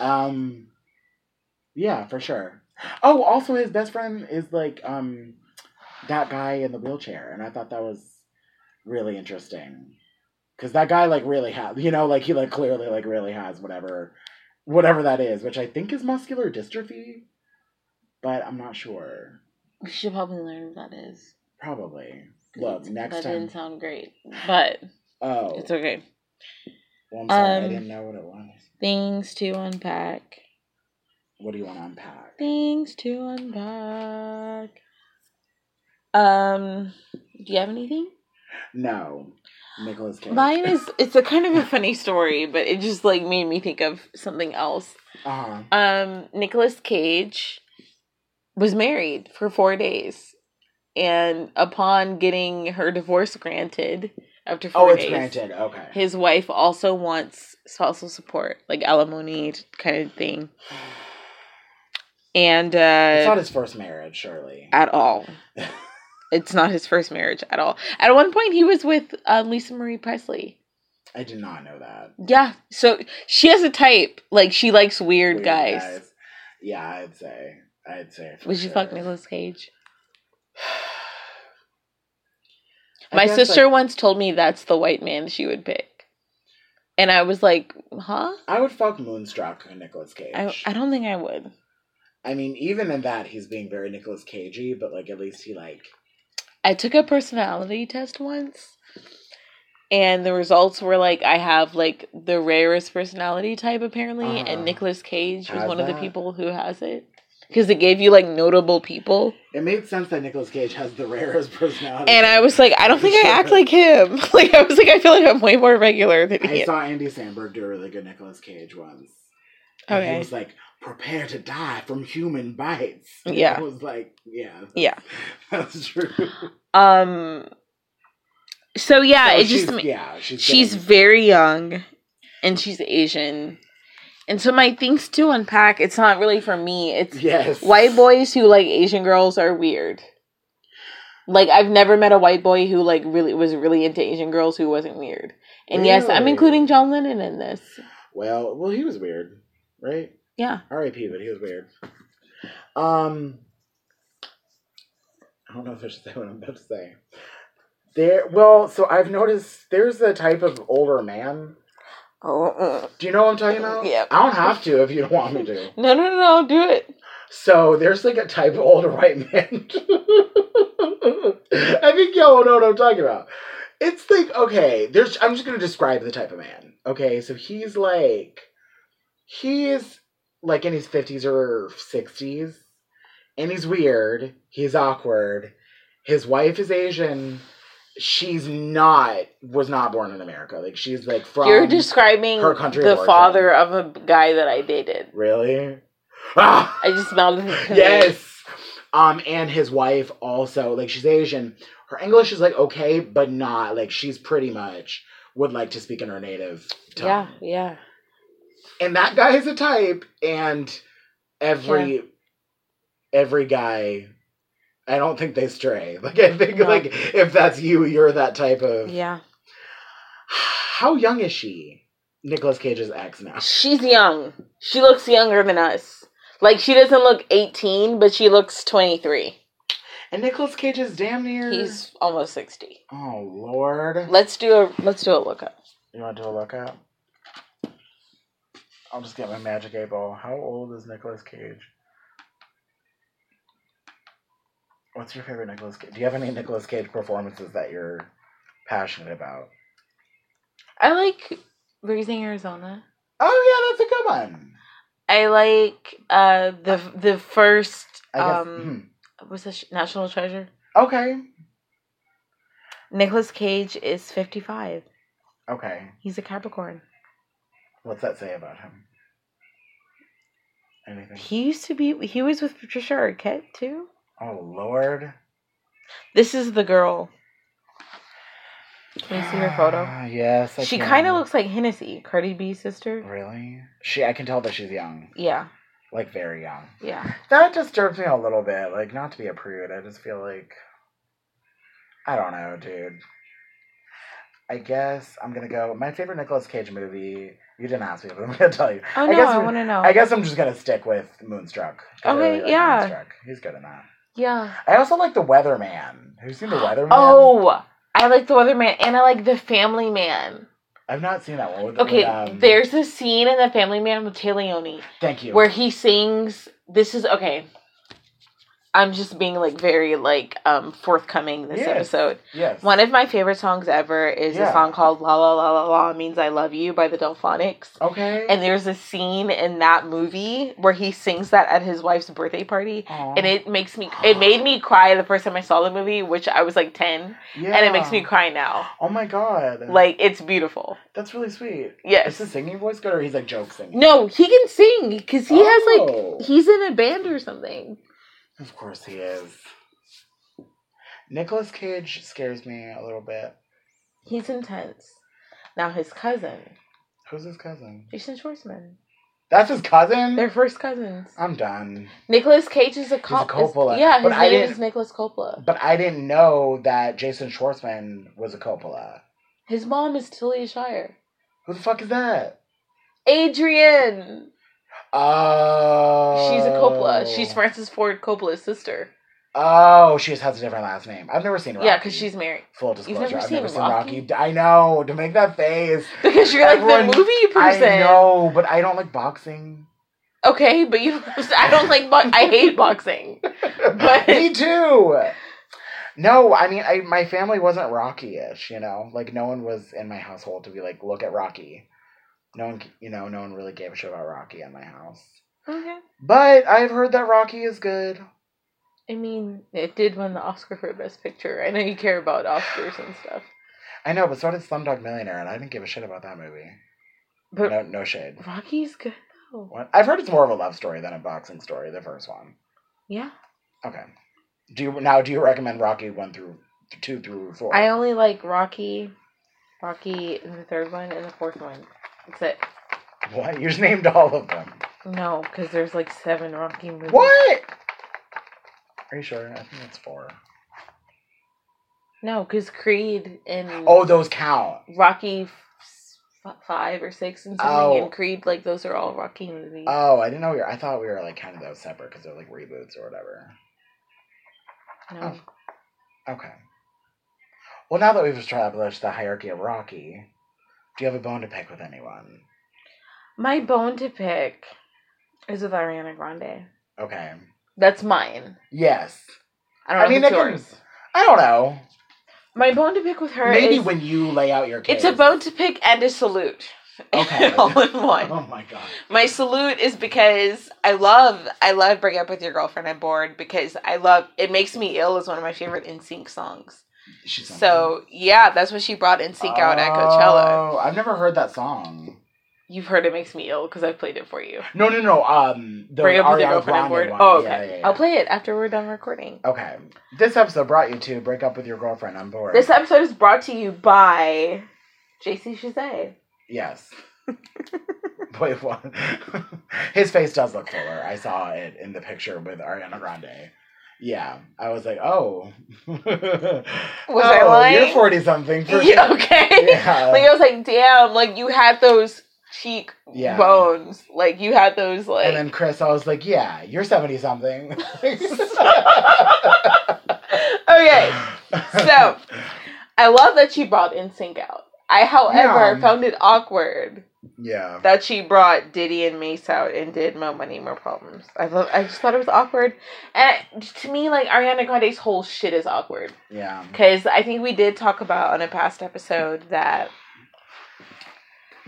Speaker 2: Um, yeah, for sure. Oh, also his best friend is like um that guy in the wheelchair, and I thought that was really interesting because that guy like really has, you know, like he like clearly like really has whatever whatever that is, which I think is muscular dystrophy, but I'm not sure.
Speaker 1: we should probably learn what that is.
Speaker 2: Probably. Look, next
Speaker 1: that
Speaker 2: time.
Speaker 1: didn't sound great, but
Speaker 2: Oh,
Speaker 1: it's okay.
Speaker 2: well, I'm sorry, I
Speaker 1: um,
Speaker 2: didn't know what it was.
Speaker 1: Things to unpack.
Speaker 2: What do you want to unpack?
Speaker 1: Things to unpack. Um, do you have anything?
Speaker 2: No, Nicholas Cage.
Speaker 1: Mine is it's a kind of a funny story, but it just like made me think of something else.
Speaker 2: Uh-huh.
Speaker 1: Um, Nicolas Cage was married for four days, and upon getting her divorce granted after
Speaker 2: Oh,
Speaker 1: four
Speaker 2: it's
Speaker 1: days,
Speaker 2: granted. Okay.
Speaker 1: his wife also wants spousal support, like alimony kind of thing, and
Speaker 2: It's
Speaker 1: uh,
Speaker 2: not his first marriage, surely.
Speaker 1: at all. It's not his first marriage at all. At one point, he was with uh, Lisa Marie Presley.
Speaker 2: I did not know that.
Speaker 1: Yeah. So she has a type. Like she likes weird,
Speaker 2: Weird
Speaker 1: guys.
Speaker 2: Yeah, I'd say. I'd say. for
Speaker 1: Would you fuck
Speaker 2: sure.
Speaker 1: Nicolas Cage?
Speaker 2: I
Speaker 1: My
Speaker 2: guess,
Speaker 1: sister
Speaker 2: like,
Speaker 1: once told me that's the white man she would pick. And I was like, huh?
Speaker 2: I would fuck Moonstruck and Nicolas Cage.
Speaker 1: I,
Speaker 2: I,
Speaker 1: I don't think I would.
Speaker 2: mean, even in that, he's being very Nicolas Cagey, but like at least he like.
Speaker 1: I took a personality test once. And the results were like I have like the rarest personality type apparently,
Speaker 2: Uh-huh.
Speaker 1: and Nicolas Cage was
Speaker 2: How's
Speaker 1: one of
Speaker 2: that?
Speaker 1: the people who has it because it gave you like notable people,
Speaker 2: It made sense that Nicolas Cage has the rarest personality.
Speaker 1: and I was like, I don't think I act like him. Like I was like, I feel like I'm way more regular than he
Speaker 2: I
Speaker 1: is.
Speaker 2: saw Andy Samberg do a really good Nicolas Cage once. And He
Speaker 1: Okay.
Speaker 2: was like, prepare to die from human bites. And
Speaker 1: Yeah.
Speaker 2: I was like, yeah.
Speaker 1: Yeah. Uh,
Speaker 2: That's true.
Speaker 1: Um. So yeah,
Speaker 2: So
Speaker 1: it just
Speaker 2: Oh, she's-
Speaker 1: ma-
Speaker 2: yeah, she's
Speaker 1: she's
Speaker 2: getting-
Speaker 1: very young, and she's Asian, and so my things to unpack. It's not really for me. It's
Speaker 2: yes
Speaker 1: white boys who like Asian girls are weird. Like I've never met a white boy who like really was really into Asian girls who wasn't weird. And yes, I'm
Speaker 2: Really?
Speaker 1: including John Lennon in this.
Speaker 2: Well, well, he was weird, right?
Speaker 1: Yeah.
Speaker 2: R.I.P. But he was weird. Um, I don't know if I should say what I'm about to say. There, well, so I've noticed there's a type of older man.
Speaker 1: Oh.
Speaker 2: Do you know what I'm talking about?
Speaker 1: Yeah.
Speaker 2: I don't have to if you don't want me to.
Speaker 1: No, no, no, do it.
Speaker 2: So there's like a type of older white man. I think y'all will know what I'm talking about. It's like okay, there's. I'm just gonna describe the type of man. Okay, so he's like, he's like in his fifties or sixties, and he's weird. He's awkward. His wife is Asian. She's not. Was not born in America. Like she's like from.
Speaker 1: You're describing
Speaker 2: her country
Speaker 1: the
Speaker 2: of origin.
Speaker 1: father of a guy that I dated.
Speaker 2: really. Ah!
Speaker 1: I just smelled his cologne.
Speaker 2: yes. Um, and his wife also, like she's Asian. Her English is like okay, but not like she's pretty much would like to speak in her native
Speaker 1: Yeah,
Speaker 2: tongue.
Speaker 1: yeah.
Speaker 2: And that guy is a type, and every every guy I don't think they stray. Like I think
Speaker 1: No.
Speaker 2: like if that's you, you're that type of
Speaker 1: Yeah.
Speaker 2: How young is she? Nicolas Cage's ex now.
Speaker 1: She's young. She looks younger than us. Like she doesn't look 18, but she looks 23.
Speaker 2: And Nicolas Cage is damn near
Speaker 1: He's almost 60.
Speaker 2: Oh Lord.
Speaker 1: Let's do a let's do a lookup.
Speaker 2: You want to do a look up? I'll just get my magic eight ball. How old is Nicolas Cage? What's your favorite Nicolas Cage? Do you have any Nicolas Cage performances that you're passionate about?
Speaker 1: I like Raising Arizona.
Speaker 2: Oh yeah, that's a good one.
Speaker 1: I like uh the the first
Speaker 2: I guess.
Speaker 1: um what's the sh- National Treasure?
Speaker 2: hmm. Okay.
Speaker 1: Nicholas Cage is 55.
Speaker 2: Okay.
Speaker 1: He's a Capricorn.
Speaker 2: What's that say about him? Anything?
Speaker 1: He used to be he was with Patricia Arquette too.
Speaker 2: Oh Lord.
Speaker 1: This is the girl. Can you see her photo?
Speaker 2: Ah, yes. I
Speaker 1: She
Speaker 2: can.
Speaker 1: kind of looks like Hennessy, Cardi B's sister.
Speaker 2: Really? She. I can tell that she's young,
Speaker 1: Yeah,
Speaker 2: like very young.
Speaker 1: yeah.
Speaker 2: That disturbs me a little bit. Like, not to be a prude, I just feel like. I don't know, dude. I guess I'm gonna go. My favorite Nicolas Cage movie. You didn't ask me, but I'm gonna tell you.
Speaker 1: Oh
Speaker 2: I
Speaker 1: no,
Speaker 2: guess
Speaker 1: I
Speaker 2: we-
Speaker 1: want to know.
Speaker 2: I guess I'm just gonna stick with Moonstruck. 'cause I
Speaker 1: Okay, yeah.
Speaker 2: Moonstruck. He's good in that.
Speaker 1: yeah.
Speaker 2: I also like The Weatherman. Have you seen The Weatherman?
Speaker 1: Oh, I like the Weatherman and I like the Family Man.
Speaker 2: I've not seen that one. With,
Speaker 1: Okay,
Speaker 2: with, um,
Speaker 1: there's a scene in the Family Man with Leone
Speaker 2: Thank you.
Speaker 1: where he sings. This is okay. I'm just being like very like um forthcoming this
Speaker 2: Yes.
Speaker 1: episode.
Speaker 2: yes.
Speaker 1: One of my favorite songs ever is
Speaker 2: Yeah.
Speaker 1: a song called "La La La La La Means I Love You" by the Delphonics.
Speaker 2: okay.
Speaker 1: And there's a scene in that movie where he sings that at his wife's birthday party.
Speaker 2: Aw.
Speaker 1: And it makes me, it made me cry the first time I saw the movie, which I was like 10.
Speaker 2: yeah.
Speaker 1: And it makes me cry now.
Speaker 2: Oh my god.
Speaker 1: Like, it's beautiful.
Speaker 2: that's really sweet. Is
Speaker 1: Yes.
Speaker 2: his singing voice good or he's like joke singing?
Speaker 1: No, he can sing because he has
Speaker 2: Oh.
Speaker 1: like, he's in a band or something.
Speaker 2: Of course he is. Nicolas Cage scares me a little bit.
Speaker 1: He's intense. Now, his cousin,
Speaker 2: Who's his cousin?
Speaker 1: Jason Schwartzman,
Speaker 2: That's his cousin.
Speaker 1: they're first cousins.
Speaker 2: I'm done.
Speaker 1: Nicholas Cage is a, cop-
Speaker 2: Coppola,
Speaker 1: Is, yeah,
Speaker 2: but
Speaker 1: his
Speaker 2: I
Speaker 1: name
Speaker 2: didn't-
Speaker 1: is Nicholas Coppola.
Speaker 2: But I didn't know that Jason Schwartzman was a Coppola.
Speaker 1: His mom is Tilly Shire.
Speaker 2: Who the fuck is that?
Speaker 1: Adrian!
Speaker 2: Oh.
Speaker 1: She's a Coppola. She's Francis Ford Coppola's sister.
Speaker 2: Oh, she just has a different last name. I've never seen Rocky.
Speaker 1: Yeah, because she's married.
Speaker 2: Full
Speaker 1: never
Speaker 2: disclosure, I've
Speaker 1: seen
Speaker 2: never seen
Speaker 1: Rocky?
Speaker 2: Rocky? I know. To make that face.
Speaker 1: Because you're like
Speaker 2: Everyone-
Speaker 1: the movie person.
Speaker 2: I know, but I don't like boxing.
Speaker 1: Okay, but you. I don't like. Bo- I hate boxing. But-
Speaker 2: Me too. No, I mean, I, my family wasn't Rocky-ish. You know, like no one was in my household to be like, look at Rocky. No one, you know, no one really gave a shit about Rocky in my house.
Speaker 1: Okay.
Speaker 2: But I've heard that Rocky is good.
Speaker 1: I mean, it did win the Oscar for Best Picture. I know you care about Oscars and stuff,
Speaker 2: I know, but so did Slumdog Millionaire, and I didn't give a shit about that movie.
Speaker 1: but
Speaker 2: no, no shade.
Speaker 1: Rocky's good though.
Speaker 2: What? I've heard it's more of a love story than a boxing story. The first one.
Speaker 1: Yeah.
Speaker 2: Okay. Do you now? Do you recommend Rocky one through two through four?
Speaker 1: I only like Rocky, Rocky in the third one and the fourth one. That's it.
Speaker 2: what? You just named all of them.
Speaker 1: No, because there's like seven Rocky movies.
Speaker 2: What? Are you sure? I think it's four.
Speaker 1: No, because Creed and
Speaker 2: Oh, those count.
Speaker 1: Rocky f- five or six and something,
Speaker 2: Oh.
Speaker 1: and Creed. Like those are all Rocky movies.
Speaker 2: Oh, I didn't know we were. I thought we were like kind of those separate because they're like reboots or whatever.
Speaker 1: no,
Speaker 2: Okay. Well, now that we've established the hierarchy of Rocky, do you have a bone to pick with anyone?
Speaker 1: my bone to pick is with Ariana Grande.
Speaker 2: Okay.
Speaker 1: That's mine.
Speaker 2: Yes.
Speaker 1: I don't know
Speaker 2: I
Speaker 1: if
Speaker 2: mean,
Speaker 1: it's
Speaker 2: I can-
Speaker 1: yours.
Speaker 2: I don't know.
Speaker 1: My bone to pick with her
Speaker 2: Maybe
Speaker 1: is
Speaker 2: when you lay out your case.
Speaker 1: it's a bone to pick and a salute.
Speaker 2: Okay.
Speaker 1: all in one.
Speaker 2: Oh my god.
Speaker 1: My salute is because I love I love Break Up With Your Girlfriend I'm bored because I love it makes me ill is one of my favorite NSYNC songs.
Speaker 2: She's
Speaker 1: So yeah, that's what she brought NSYNC out at Coachella.
Speaker 2: Oh, I've never heard that song.
Speaker 1: You've heard it makes me ill because I played it for you.
Speaker 2: No, no, no. Um, the
Speaker 1: Bring up with your
Speaker 2: Ariana
Speaker 1: girlfriend on
Speaker 2: Grande
Speaker 1: board.
Speaker 2: one.
Speaker 1: Oh, okay.
Speaker 2: Yeah, yeah, yeah.
Speaker 1: I'll play it after we're done recording.
Speaker 2: Okay. This episode brought you to break up with your girlfriend on board.
Speaker 1: This episode is brought to you by JC Shazay.
Speaker 2: yes. Boy, what? His face does look fuller. I saw it in the picture with Ariana Grande. Yeah, I was like, oh, was
Speaker 1: I lying?
Speaker 2: You're forty something for
Speaker 1: Yeah,
Speaker 2: sure.
Speaker 1: okay.
Speaker 2: Yeah.
Speaker 1: Like I was like, damn, like you had those cheek
Speaker 2: Yeah.
Speaker 1: bones. Like you had those like
Speaker 2: And then Chris, I was like, yeah, you're seventy something.
Speaker 1: Okay. So I love that she brought NSYNC out. I however
Speaker 2: Yeah.
Speaker 1: found it awkward
Speaker 2: yeah,
Speaker 1: that she brought Diddy and Mace out and did Mo Money Mo Problems. I love I just thought it was awkward. And to me like Ariana Grande's whole shit is awkward.
Speaker 2: yeah.
Speaker 1: Because I think we did talk about on a past episode that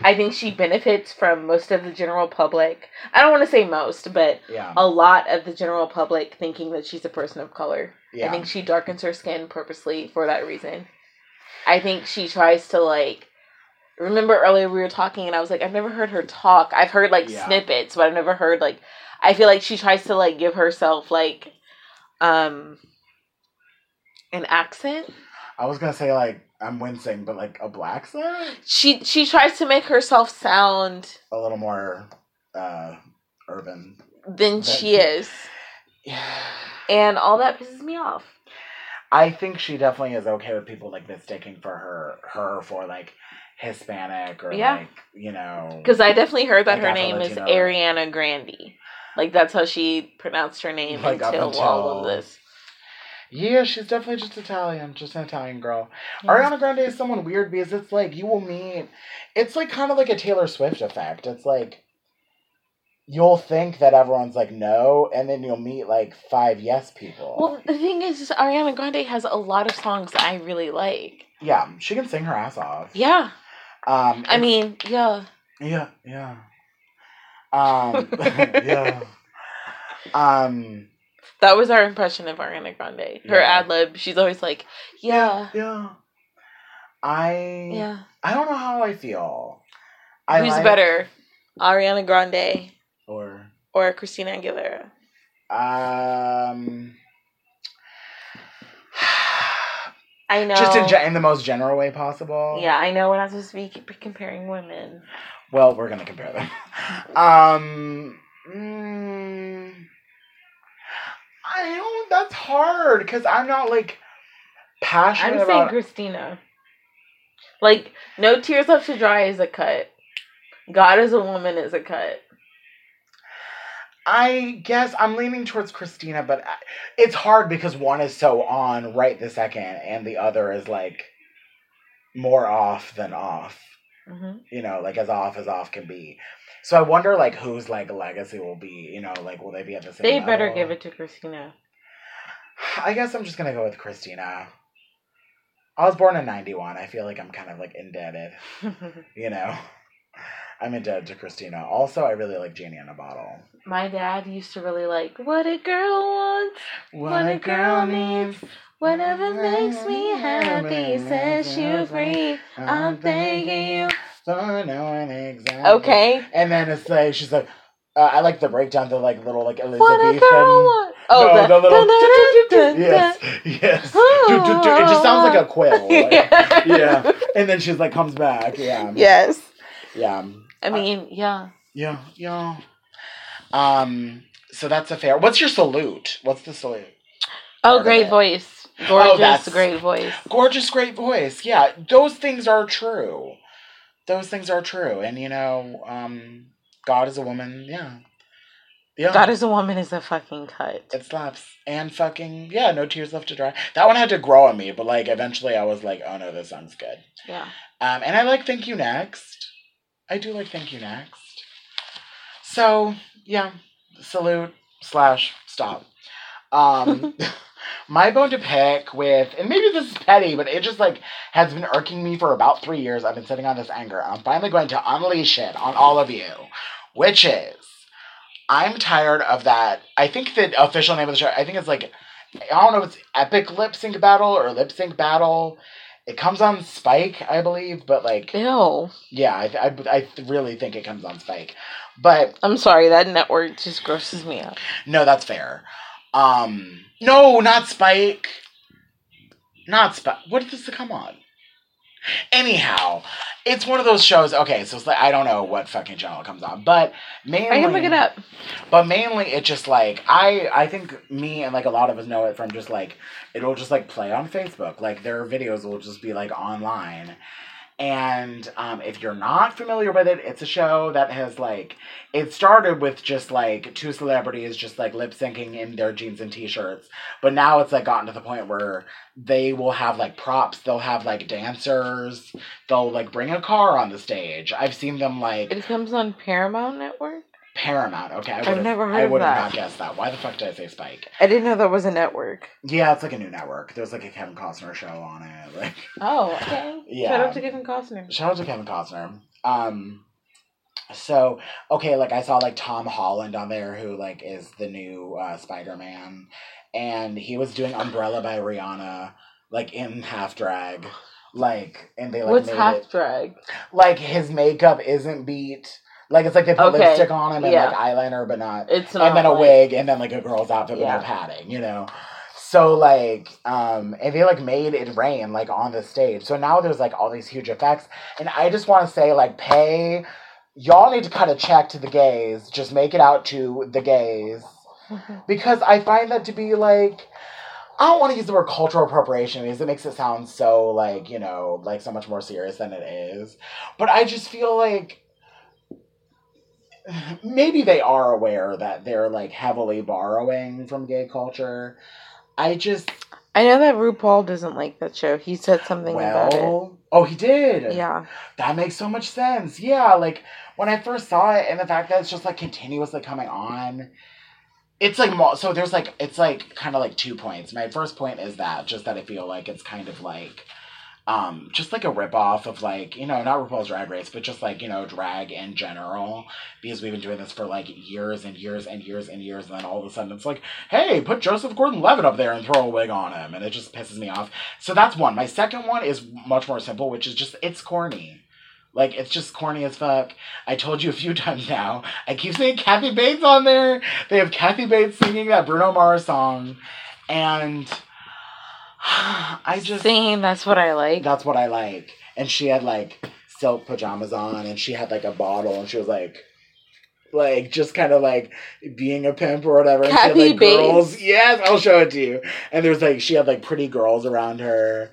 Speaker 1: I think she benefits from most of the general public. I don't want to say most, but
Speaker 2: Yeah.
Speaker 1: a lot of the general public thinking that she's a person of color. I
Speaker 2: Yeah.
Speaker 1: think she darkens her skin purposely for that reason. I think she tries to like remember earlier we were talking and I was like, I've never heard her talk. I've heard like
Speaker 2: Yeah.
Speaker 1: snippets, but I've never heard like I feel like she tries to like give herself like um an accent.
Speaker 2: I was gonna say like I'm wincing, but like a black set?
Speaker 1: She she tries to make herself sound
Speaker 2: A little more uh urban.
Speaker 1: than she is. And all that pisses me off.
Speaker 2: I think she definitely is okay with people like mistaking for her her for like Hispanic or
Speaker 1: Yeah.
Speaker 2: like, you know
Speaker 1: Because I definitely heard that
Speaker 2: Like
Speaker 1: her name is
Speaker 2: Afro-Latino.
Speaker 1: Ariana Grande. Like that's how she pronounced her name
Speaker 2: Like, up
Speaker 1: until, all of
Speaker 2: until-
Speaker 1: this.
Speaker 2: Yeah, she's definitely just Italian, just an Italian girl.
Speaker 1: Yeah.
Speaker 2: Ariana Grande is someone weird because it's like you will meet. It's like kind of like a Taylor Swift effect. It's like you'll think that everyone's like no, and then you'll meet like five yes people.
Speaker 1: Well, the thing is, is Ariana Grande has a lot of songs I really like.
Speaker 2: yeah, she can sing her ass off.
Speaker 1: Yeah,
Speaker 2: Um,
Speaker 1: I
Speaker 2: it's-
Speaker 1: mean, yeah,
Speaker 2: yeah, yeah. Um, yeah. Um,
Speaker 1: that was our impression of Ariana Grande. Her
Speaker 2: Yeah.
Speaker 1: ad lib, she's always like, yeah,
Speaker 2: yeah. I
Speaker 1: yeah.
Speaker 2: I don't know how I feel. I
Speaker 1: Who's
Speaker 2: like-
Speaker 1: better, Ariana Grande
Speaker 2: or
Speaker 1: or Christina Aguilera?
Speaker 2: Um,
Speaker 1: I know.
Speaker 2: just in, ge- in the most general way possible.
Speaker 1: Yeah, I know we're not supposed to be c- comparing women.
Speaker 2: Well, we're gonna compare them. um, mm, I don't. That's hard because I'm not like passionate
Speaker 1: I'm saying
Speaker 2: about.
Speaker 1: Christina. Like, no tears left to dry is a cut. God is a woman is a cut.
Speaker 2: I guess I'm leaning towards Christina, but I, it's hard because one is so on right the second, and the other is like more off than off.
Speaker 1: hmm
Speaker 2: you know, like as off as off can be. So I wonder, like, whose like legacy will be, you know, like will they be at the same?
Speaker 1: They better
Speaker 2: level?
Speaker 1: give it to Christina.
Speaker 2: I guess I'm just gonna go with Christina. I was born in '91. I feel like I'm kind of like indebted, you know. I'm indebted to Christina. Also, I really like Janie in a Bottle.
Speaker 1: My dad used to really like what a girl wants,
Speaker 2: What,
Speaker 1: a girl needs, whatever makes me happy sets you free. I'm thanking you.
Speaker 2: So knowing exactly.
Speaker 1: Okay.
Speaker 2: And then it's like she's like, uh, I like the breakdown, the like little like
Speaker 1: What a
Speaker 2: Elizabethan.
Speaker 1: girl wants. Oh,
Speaker 2: No,
Speaker 1: the,
Speaker 2: the little-
Speaker 1: dun, dun, dun,
Speaker 2: yes,
Speaker 1: dun.
Speaker 2: yes. Do, do, do. It just sounds like a quill. like- yeah. And then she's like comes back. Yeah.
Speaker 1: Yes.
Speaker 2: Yeah.
Speaker 1: I mean, yeah.
Speaker 2: Yeah. Yeah. Um. So that's a fair. What's your salute? What's the salute?
Speaker 1: Oh,
Speaker 2: Part of
Speaker 1: great
Speaker 2: it.
Speaker 1: voice. Gorgeous,
Speaker 2: Oh, that's-
Speaker 1: great voice.
Speaker 2: Gorgeous, great voice. Yeah, those things are true. Those things are true, and you know, um, God is a woman. Yeah. Yeah.
Speaker 1: God is a woman is a fucking cut.
Speaker 2: It slaps. And fucking, yeah, no tears left to dry. That one had to grow on me, but like eventually I was like, oh no, this song's good.
Speaker 1: Yeah.
Speaker 2: Um, and I like Thank You Next. I do like Thank You Next. So, yeah, salute slash stop. Um, my bone to pick with, and maybe this is petty, but it just like has been irking me for about three years. I've been sitting on this anger. I'm finally going to unleash it on all of you, which is I'm tired of that. I think the official name of the show, I think it's like, I don't know if it's Epic Lip Sync Battle or Lip Sync Battle. It comes on Spike, I believe, but like,
Speaker 1: Ew.
Speaker 2: yeah, I, I, I really think it comes on Spike. But
Speaker 1: I'm sorry, that network just grosses me out.
Speaker 2: no, that's fair. Um, no, not Spike. Not Spike. What does it come on? Anyhow, it's one of those shows. Okay, so it's like I don't know what fucking channel it comes on, but mainly
Speaker 1: I can look it up.
Speaker 2: But mainly, it just like I I think me and like a lot of us know it from just like it'll just like play on Facebook. Like their videos will just be like online. And um, if you're not familiar with it, it's a show that has like it started with just like two celebrities just like lip syncing in their jeans and t-shirts, but now it's like gotten to the point where they will have like props, they'll have like dancers, they'll like bring a car on the stage. I've seen them like
Speaker 1: It comes on Paramount Network?
Speaker 2: Paramount. Okay, I
Speaker 1: I've
Speaker 2: would've-
Speaker 1: never heard
Speaker 2: I
Speaker 1: of
Speaker 2: would have
Speaker 1: that.
Speaker 2: not guessed that. Why the fuck did I say Spike?
Speaker 1: I didn't know there was a network.
Speaker 2: Yeah, it's like a new network. There's like a Kevin Costner show on it. Like,
Speaker 1: Oh, okay.
Speaker 2: Yeah.
Speaker 1: Shout out to Kevin Costner.
Speaker 2: shout out to Kevin Costner. Um, so okay, like I saw like Tom Holland on there, who like is the new uh, Spider Man, and he was doing Umbrella by Rihanna, like in half drag, like and they like
Speaker 1: What's
Speaker 2: made
Speaker 1: half
Speaker 2: it
Speaker 1: drag?
Speaker 2: like his makeup isn't beat. Like it's like they put
Speaker 1: Okay,
Speaker 2: lipstick on him and
Speaker 1: yeah.
Speaker 2: like eyeliner, but not
Speaker 1: It's not
Speaker 2: and then a
Speaker 1: like-
Speaker 2: wig and then like a girl's outfit
Speaker 1: Yeah.
Speaker 2: with no padding, you know. So like, um, and they like made it rain like on the stage. So now there's like all these huge effects, and I just want to say like, pay y'all need to cut a check to the gays. Just make it out to the gays because I find that to be like. I don't want to use the word cultural appropriation because it makes it sound so like, you know, like so much more serious than it is. But I just feel like maybe they are aware that they're like heavily borrowing from gay culture. I just
Speaker 1: I know that RuPaul doesn't like that show. He said something about
Speaker 2: well, oh, he did.
Speaker 1: it. Yeah.
Speaker 2: that makes so much sense. Yeah, like when I first saw it, and the fact that it's just like continuously coming on. It's like mul- so. There's like it's like kind of like two points. My first point is that just that I feel like it's kind of like, um, just like a ripoff of like you know not RuPaul's Drag Race, but just like you know drag in general because we've been doing this for like years and years and years and years, and then all of a sudden it's like, hey, put Joseph Gordon-Levitt up there and throw a wig on him, and it just pisses me off. So that's one. My second one is much more simple, which is just it's corny. Like it's just corny as fuck. I told you a few times now. I keep seeing Kathy Bates on there. They have Kathy Bates singing that Bruno Mars song, and I just
Speaker 1: Singing, that's what I like.
Speaker 2: that's what I like. And she had like silk pajamas on, and she had like a bottle, and she was like, like just kind of like being a pimp or whatever. And she had,
Speaker 1: Kathy
Speaker 2: like,
Speaker 1: Bates.
Speaker 2: girls. Yes, I'll show it to you. And there's like she had like pretty girls around her.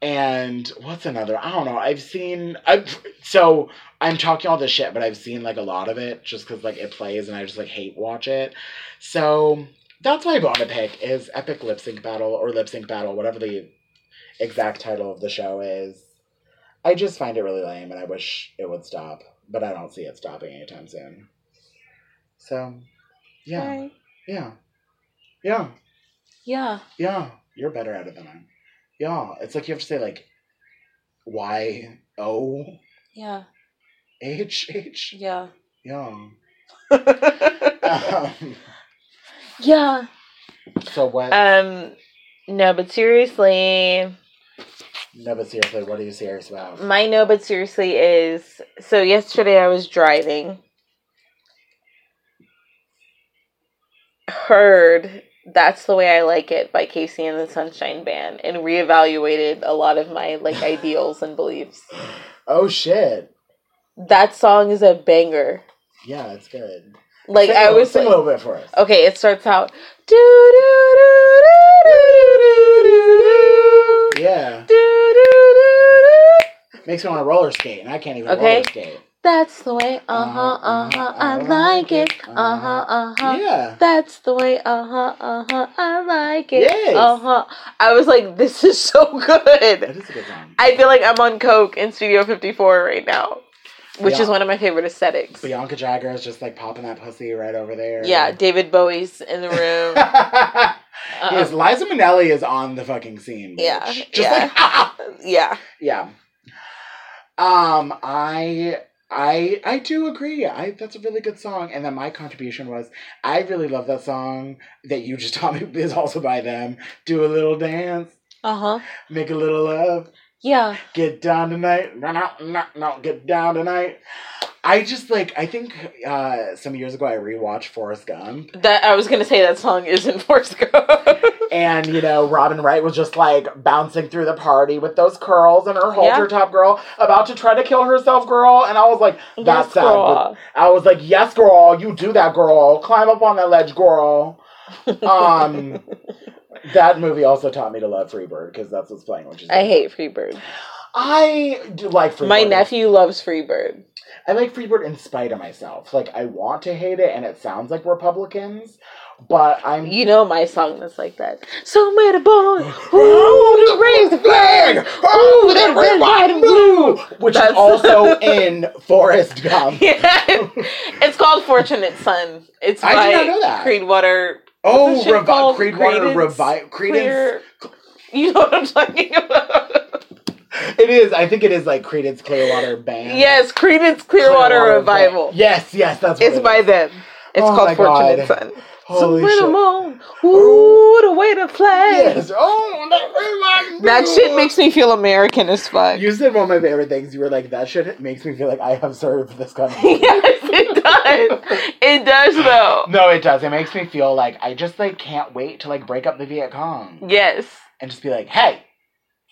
Speaker 2: And what's another? I don't know. I've seen. I've so I'm talking all this shit, but I've seen like a lot of it just because like it plays, and I just like hate watch it. So that's my bone to pick is epic lip sync battle or lip sync battle, whatever the exact title of the show is. I just find it really lame, and I wish it would stop, but I don't see it stopping anytime soon. So, yeah,
Speaker 1: Right.
Speaker 2: yeah, yeah,
Speaker 1: Yeah.
Speaker 2: yeah. You're better at it than I. am. Yeah, it's like you have to say like Y O
Speaker 1: Yeah.
Speaker 2: H H.
Speaker 1: Yeah.
Speaker 2: Yeah.
Speaker 1: yeah.
Speaker 2: Um, so what?
Speaker 1: Um no, but seriously,
Speaker 2: no, but seriously, what are you serious about?
Speaker 1: my no but seriously is so yesterday I was driving heard That's the Way I Like It by Casey and the Sunshine Band and reevaluated a lot of my like ideals and beliefs.
Speaker 2: oh shit!
Speaker 1: That song is a banger.
Speaker 2: Yeah, it's good.
Speaker 1: Like
Speaker 2: Sing a
Speaker 1: I
Speaker 2: little-
Speaker 1: was
Speaker 2: sing
Speaker 1: like,
Speaker 2: a little bit for us.
Speaker 1: Okay, it starts out. "Do, do, do, do, do, do, do, do,
Speaker 2: Yeah,
Speaker 1: do, do, do, do."
Speaker 2: makes me want to roller skate, and I can't even
Speaker 1: Okay.
Speaker 2: roller skate.
Speaker 1: That's the way, uh huh, uh huh, I like it, uh huh, uh huh.
Speaker 2: Yeah.
Speaker 1: That's the way, uh huh, uh huh, I like it,
Speaker 2: Yes.
Speaker 1: uh huh. I was like, this is so
Speaker 2: That
Speaker 1: good.
Speaker 2: is a good song.
Speaker 1: I feel like I'm on Coke in Studio 54 right now, which
Speaker 2: Yeah.
Speaker 1: is one of my favorite aesthetics.
Speaker 2: Bianca Jagger is just like popping that pussy right over there.
Speaker 1: Yeah, David Bowie's in the room.
Speaker 2: yes,
Speaker 1: Uh,
Speaker 2: Liza Minnelli is on the fucking scene. bitch.
Speaker 1: Yeah,
Speaker 2: Just
Speaker 1: yeah.
Speaker 2: like ah!
Speaker 1: yeah.
Speaker 2: Yeah. Um, I I I do agree. I that's a really good song. And then my contribution was I really love that song that you just taught me is also by them. Do a little dance,
Speaker 1: Uh huh.
Speaker 2: make a little love.
Speaker 1: Yeah.
Speaker 2: get down tonight. No, no, no, no, get down tonight. I just like I think uh some years ago I rewatched Forrest Gump
Speaker 1: That I was gonna say that song isn't Force Gump.
Speaker 2: and you know Robin Wright was just like bouncing through the party with those curls and her halter
Speaker 1: Yeah.
Speaker 2: top girl about to try to kill herself girl and I was like that
Speaker 1: Yes,
Speaker 2: sound
Speaker 1: girl.
Speaker 2: I was like yes girl you do that girl climb up on that ledge girl um that movie also taught me to love Freebird because that's what's playing which is
Speaker 1: I hate Freebird.
Speaker 2: I do like Freebird
Speaker 1: My nephew loves Freebird.
Speaker 2: I like Freebird in spite of myself. Like I want to hate it, and it sounds like Republicans, but I'm.
Speaker 1: You know my song that's like that. So made a boy who raised the flag.
Speaker 2: Oh, that red, white, and blue, which is
Speaker 1: That's-
Speaker 2: also in Forrest Gump.
Speaker 1: Yeah. it's called Fortunate Son. It's by
Speaker 2: I did not know that.
Speaker 1: Creedwater.
Speaker 2: Oh,
Speaker 1: What's the shit
Speaker 2: revi-
Speaker 1: called?
Speaker 2: Creedwater
Speaker 1: Credence
Speaker 2: revive Credence.
Speaker 1: Clear- You know what I'm talking about.
Speaker 2: It is. I think it is like Credence Clearwater Band.
Speaker 1: Yes, Credence Clearwater, Revival.
Speaker 2: Band. Yes, yes, that's what
Speaker 1: It's
Speaker 2: it
Speaker 1: by
Speaker 2: is.
Speaker 1: them. It's
Speaker 2: Oh my
Speaker 1: called Fortunate
Speaker 2: God.
Speaker 1: Son.
Speaker 2: Holy
Speaker 1: so
Speaker 2: shit. Oh.
Speaker 1: rhythm on. Ooh, the way to play.
Speaker 2: Yes. Oh, that reminds me
Speaker 1: That
Speaker 2: of-
Speaker 1: shit makes me feel American as fuck.
Speaker 2: You said one of my favorite things. You were like, "That shit makes me feel like I have served this country."
Speaker 1: yes, it does. It does though.
Speaker 2: no, it does. It makes me feel like I just like can't wait to like break up the Viet Cong
Speaker 1: Yes.
Speaker 2: and just be like, "Hey,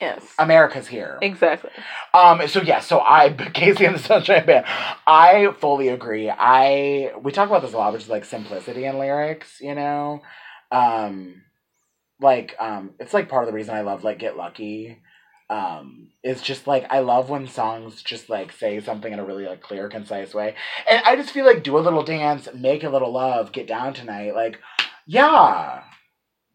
Speaker 1: Yes.
Speaker 2: America's here."
Speaker 1: Exactly.
Speaker 2: Um. So yeah. So I, Casey and the Sunshine Band. I fully agree. I we talk about this a lot, which is like simplicity in lyrics. You know, um, like um, it's like part of the reason I love like Get Lucky. Um, it's just like I love when songs just like say something in a really like clear, concise way, and I just feel like do a little dance, make a little love, get down tonight. Like, yeah,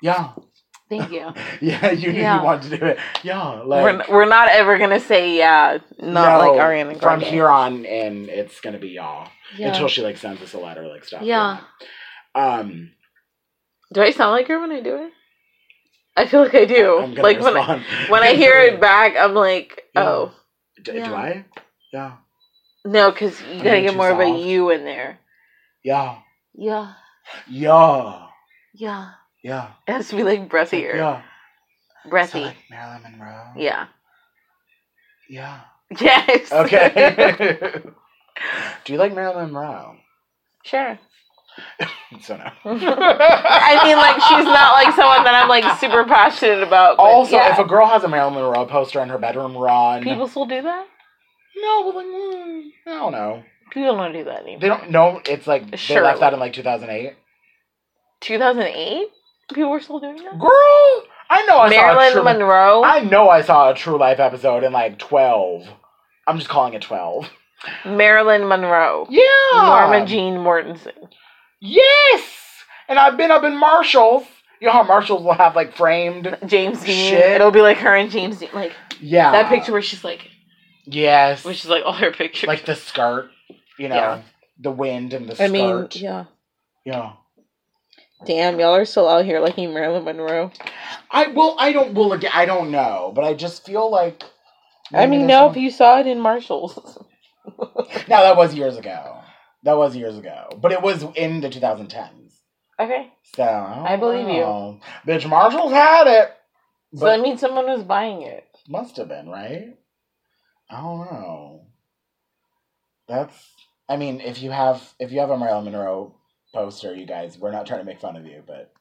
Speaker 2: yeah,
Speaker 1: Thank you.
Speaker 2: yeah. You knew
Speaker 1: Yeah.
Speaker 2: you wanted to do it. Yeah, like
Speaker 1: we're, we're not ever gonna say yeah, not
Speaker 2: no,
Speaker 1: like Ariana Grande.
Speaker 2: From here on in, it's gonna be y'all until
Speaker 1: yeah.
Speaker 2: she like sends us a letter, like stuff.
Speaker 1: Yeah.
Speaker 2: Um,
Speaker 1: Do I sound like her when I do it? I feel like I do.
Speaker 2: I'm gonna
Speaker 1: Like when I,
Speaker 2: respond.
Speaker 1: when I hear it back, I'm like,
Speaker 2: Yeah.
Speaker 1: oh
Speaker 2: D-
Speaker 1: Yeah.
Speaker 2: Do I? Yeah.
Speaker 1: no, because you
Speaker 2: I'm
Speaker 1: gotta
Speaker 2: being
Speaker 1: get
Speaker 2: too
Speaker 1: more of a
Speaker 2: soft.
Speaker 1: you in there.
Speaker 2: Yeah.
Speaker 1: Yeah,
Speaker 2: Yeah.
Speaker 1: yeah.
Speaker 2: Yeah.
Speaker 1: It has to be like breathier,
Speaker 2: Yeah. So,
Speaker 1: breathy.
Speaker 2: like Marilyn Monroe.
Speaker 1: yeah.
Speaker 2: Yeah.
Speaker 1: Yes.
Speaker 2: Okay. do you like Marilyn Monroe?
Speaker 1: sure.
Speaker 2: So no.
Speaker 1: I mean, like she's not like someone that I'm like super passionate about. but
Speaker 2: Also,
Speaker 1: yeah.
Speaker 2: if a girl has a Marilyn Monroe poster in her bedroom, run.
Speaker 1: people still do that,
Speaker 2: no, but like, mm, I don't know.
Speaker 1: people don't do that
Speaker 2: They
Speaker 1: anymore.
Speaker 2: don't know. It's like they
Speaker 1: Surely.
Speaker 2: left that in like 2008.
Speaker 1: 2008, people were still doing that.
Speaker 2: Girl, I know I saw a
Speaker 1: Marilyn
Speaker 2: true,
Speaker 1: Monroe.
Speaker 2: I know I saw a True Life episode in like twelve. I'm just calling it twelve.
Speaker 1: Marilyn Monroe.
Speaker 2: Yeah,
Speaker 1: Norma Jean Mortensen.
Speaker 2: Yes, and I've been up in Marshalls. You know how Marshalls will have like framed.
Speaker 1: James Dean.
Speaker 2: Shit. Oh.
Speaker 1: It'll be like her and James Dean. Like
Speaker 2: Yeah,
Speaker 1: that picture where she's like,
Speaker 2: Yes,
Speaker 1: which is like all her pictures.
Speaker 2: like the skirt. You know,
Speaker 1: Yeah.
Speaker 2: the wind and the
Speaker 1: I
Speaker 2: skirt.
Speaker 1: mean, yeah.
Speaker 2: yeah.
Speaker 1: Damn, y'all are still out here liking Marilyn Monroe.
Speaker 2: I well, I don't well again. I don't know, but I just feel like.
Speaker 1: I mean,
Speaker 2: maybe
Speaker 1: no,
Speaker 2: there's
Speaker 1: if you saw it in Marshalls.
Speaker 2: some- no, that was years ago. That was years ago, but it was in the 2010s.
Speaker 1: Okay.
Speaker 2: So I,
Speaker 1: I believe you.
Speaker 2: you, bitch. Marshall's had it.
Speaker 1: So
Speaker 2: But
Speaker 1: that means someone was buying it.
Speaker 2: must have been right. I don't know. That's. I mean, if you have if you have a Marilyn Monroe poster, you guys, we're not trying to make fun of you, but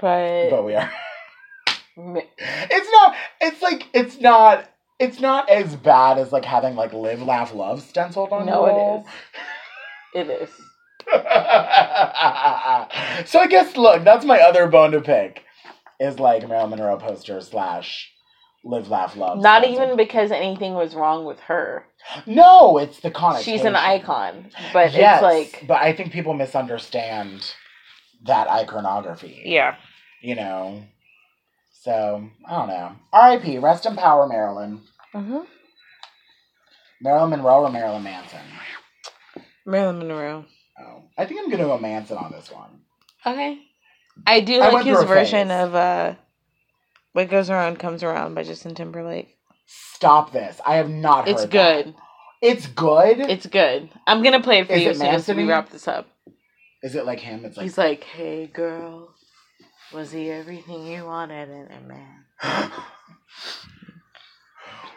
Speaker 1: But
Speaker 2: but we are.
Speaker 1: Ma-
Speaker 2: It's not. It's like it's not. It's not as bad as like having like live, laugh, love stenciled on. your
Speaker 1: no,
Speaker 2: wall.
Speaker 1: it is. It is.
Speaker 2: so I guess look, that's my other bone to pick. Is like Marilyn Monroe poster slash live, laugh, love.
Speaker 1: Not
Speaker 2: stencil.
Speaker 1: even because anything was wrong with her.
Speaker 2: No, it's the connotation.
Speaker 1: She's an icon, but it's
Speaker 2: Yes,
Speaker 1: like
Speaker 2: But I think people misunderstand that iconography.
Speaker 1: yeah.
Speaker 2: You know. So I don't know. R.I.P. Rest in power, Marilyn.
Speaker 1: Mm-hmm.
Speaker 2: Marilyn Monroe or Marilyn Manson.
Speaker 1: Marilyn Monroe.
Speaker 2: Oh, I think I'm gonna go Manson on this one.
Speaker 1: Okay. I do
Speaker 2: I
Speaker 1: like
Speaker 2: went
Speaker 1: his
Speaker 2: through a
Speaker 1: version
Speaker 2: phase.
Speaker 1: of uh What Goes Around Comes Around by Justin Timberlake.
Speaker 2: Stop this! I have not. Heard
Speaker 1: It's
Speaker 2: that.
Speaker 1: good.
Speaker 2: It's good.
Speaker 1: It's good. I'm gonna play it for
Speaker 2: Is
Speaker 1: you
Speaker 2: it
Speaker 1: as soon as we
Speaker 2: Manson-y?
Speaker 1: wrap this up.
Speaker 2: Is it like him? It's like
Speaker 1: He's like, Hey girl, was he everything you wanted in a man?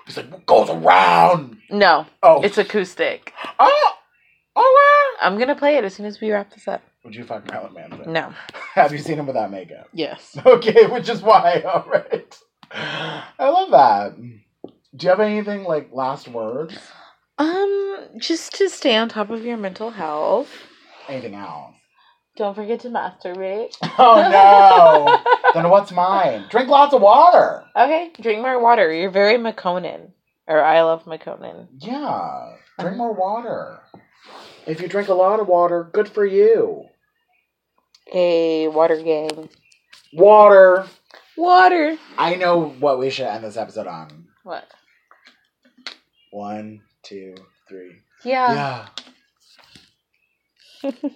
Speaker 2: He's like, what goes around?
Speaker 1: No.
Speaker 2: Oh.
Speaker 1: It's acoustic.
Speaker 2: oh, oh, wow.
Speaker 1: I'm gonna play it as soon as we wrap this up.
Speaker 2: Would you fuck Marilyn Manson?
Speaker 1: No.
Speaker 2: Have you seen him without makeup?
Speaker 1: Yes.
Speaker 2: Okay, which is why. All right. I love that. Do you have anything like last words?
Speaker 1: Um, just to stay on top of your mental health.
Speaker 2: Anything else?
Speaker 1: Don't forget to masturbate.
Speaker 2: Oh no! then what's mine? Drink lots of water.
Speaker 1: Okay, drink more water. You're very McConan. Or I love McConan.
Speaker 2: Yeah, drink more water. If you drink a lot of water, good for you.
Speaker 1: Hey, water gang.
Speaker 2: Water.
Speaker 1: Water.
Speaker 2: I know what we should end this episode on.
Speaker 1: What?
Speaker 2: One, two, three.
Speaker 1: Yeah.
Speaker 2: Yeah.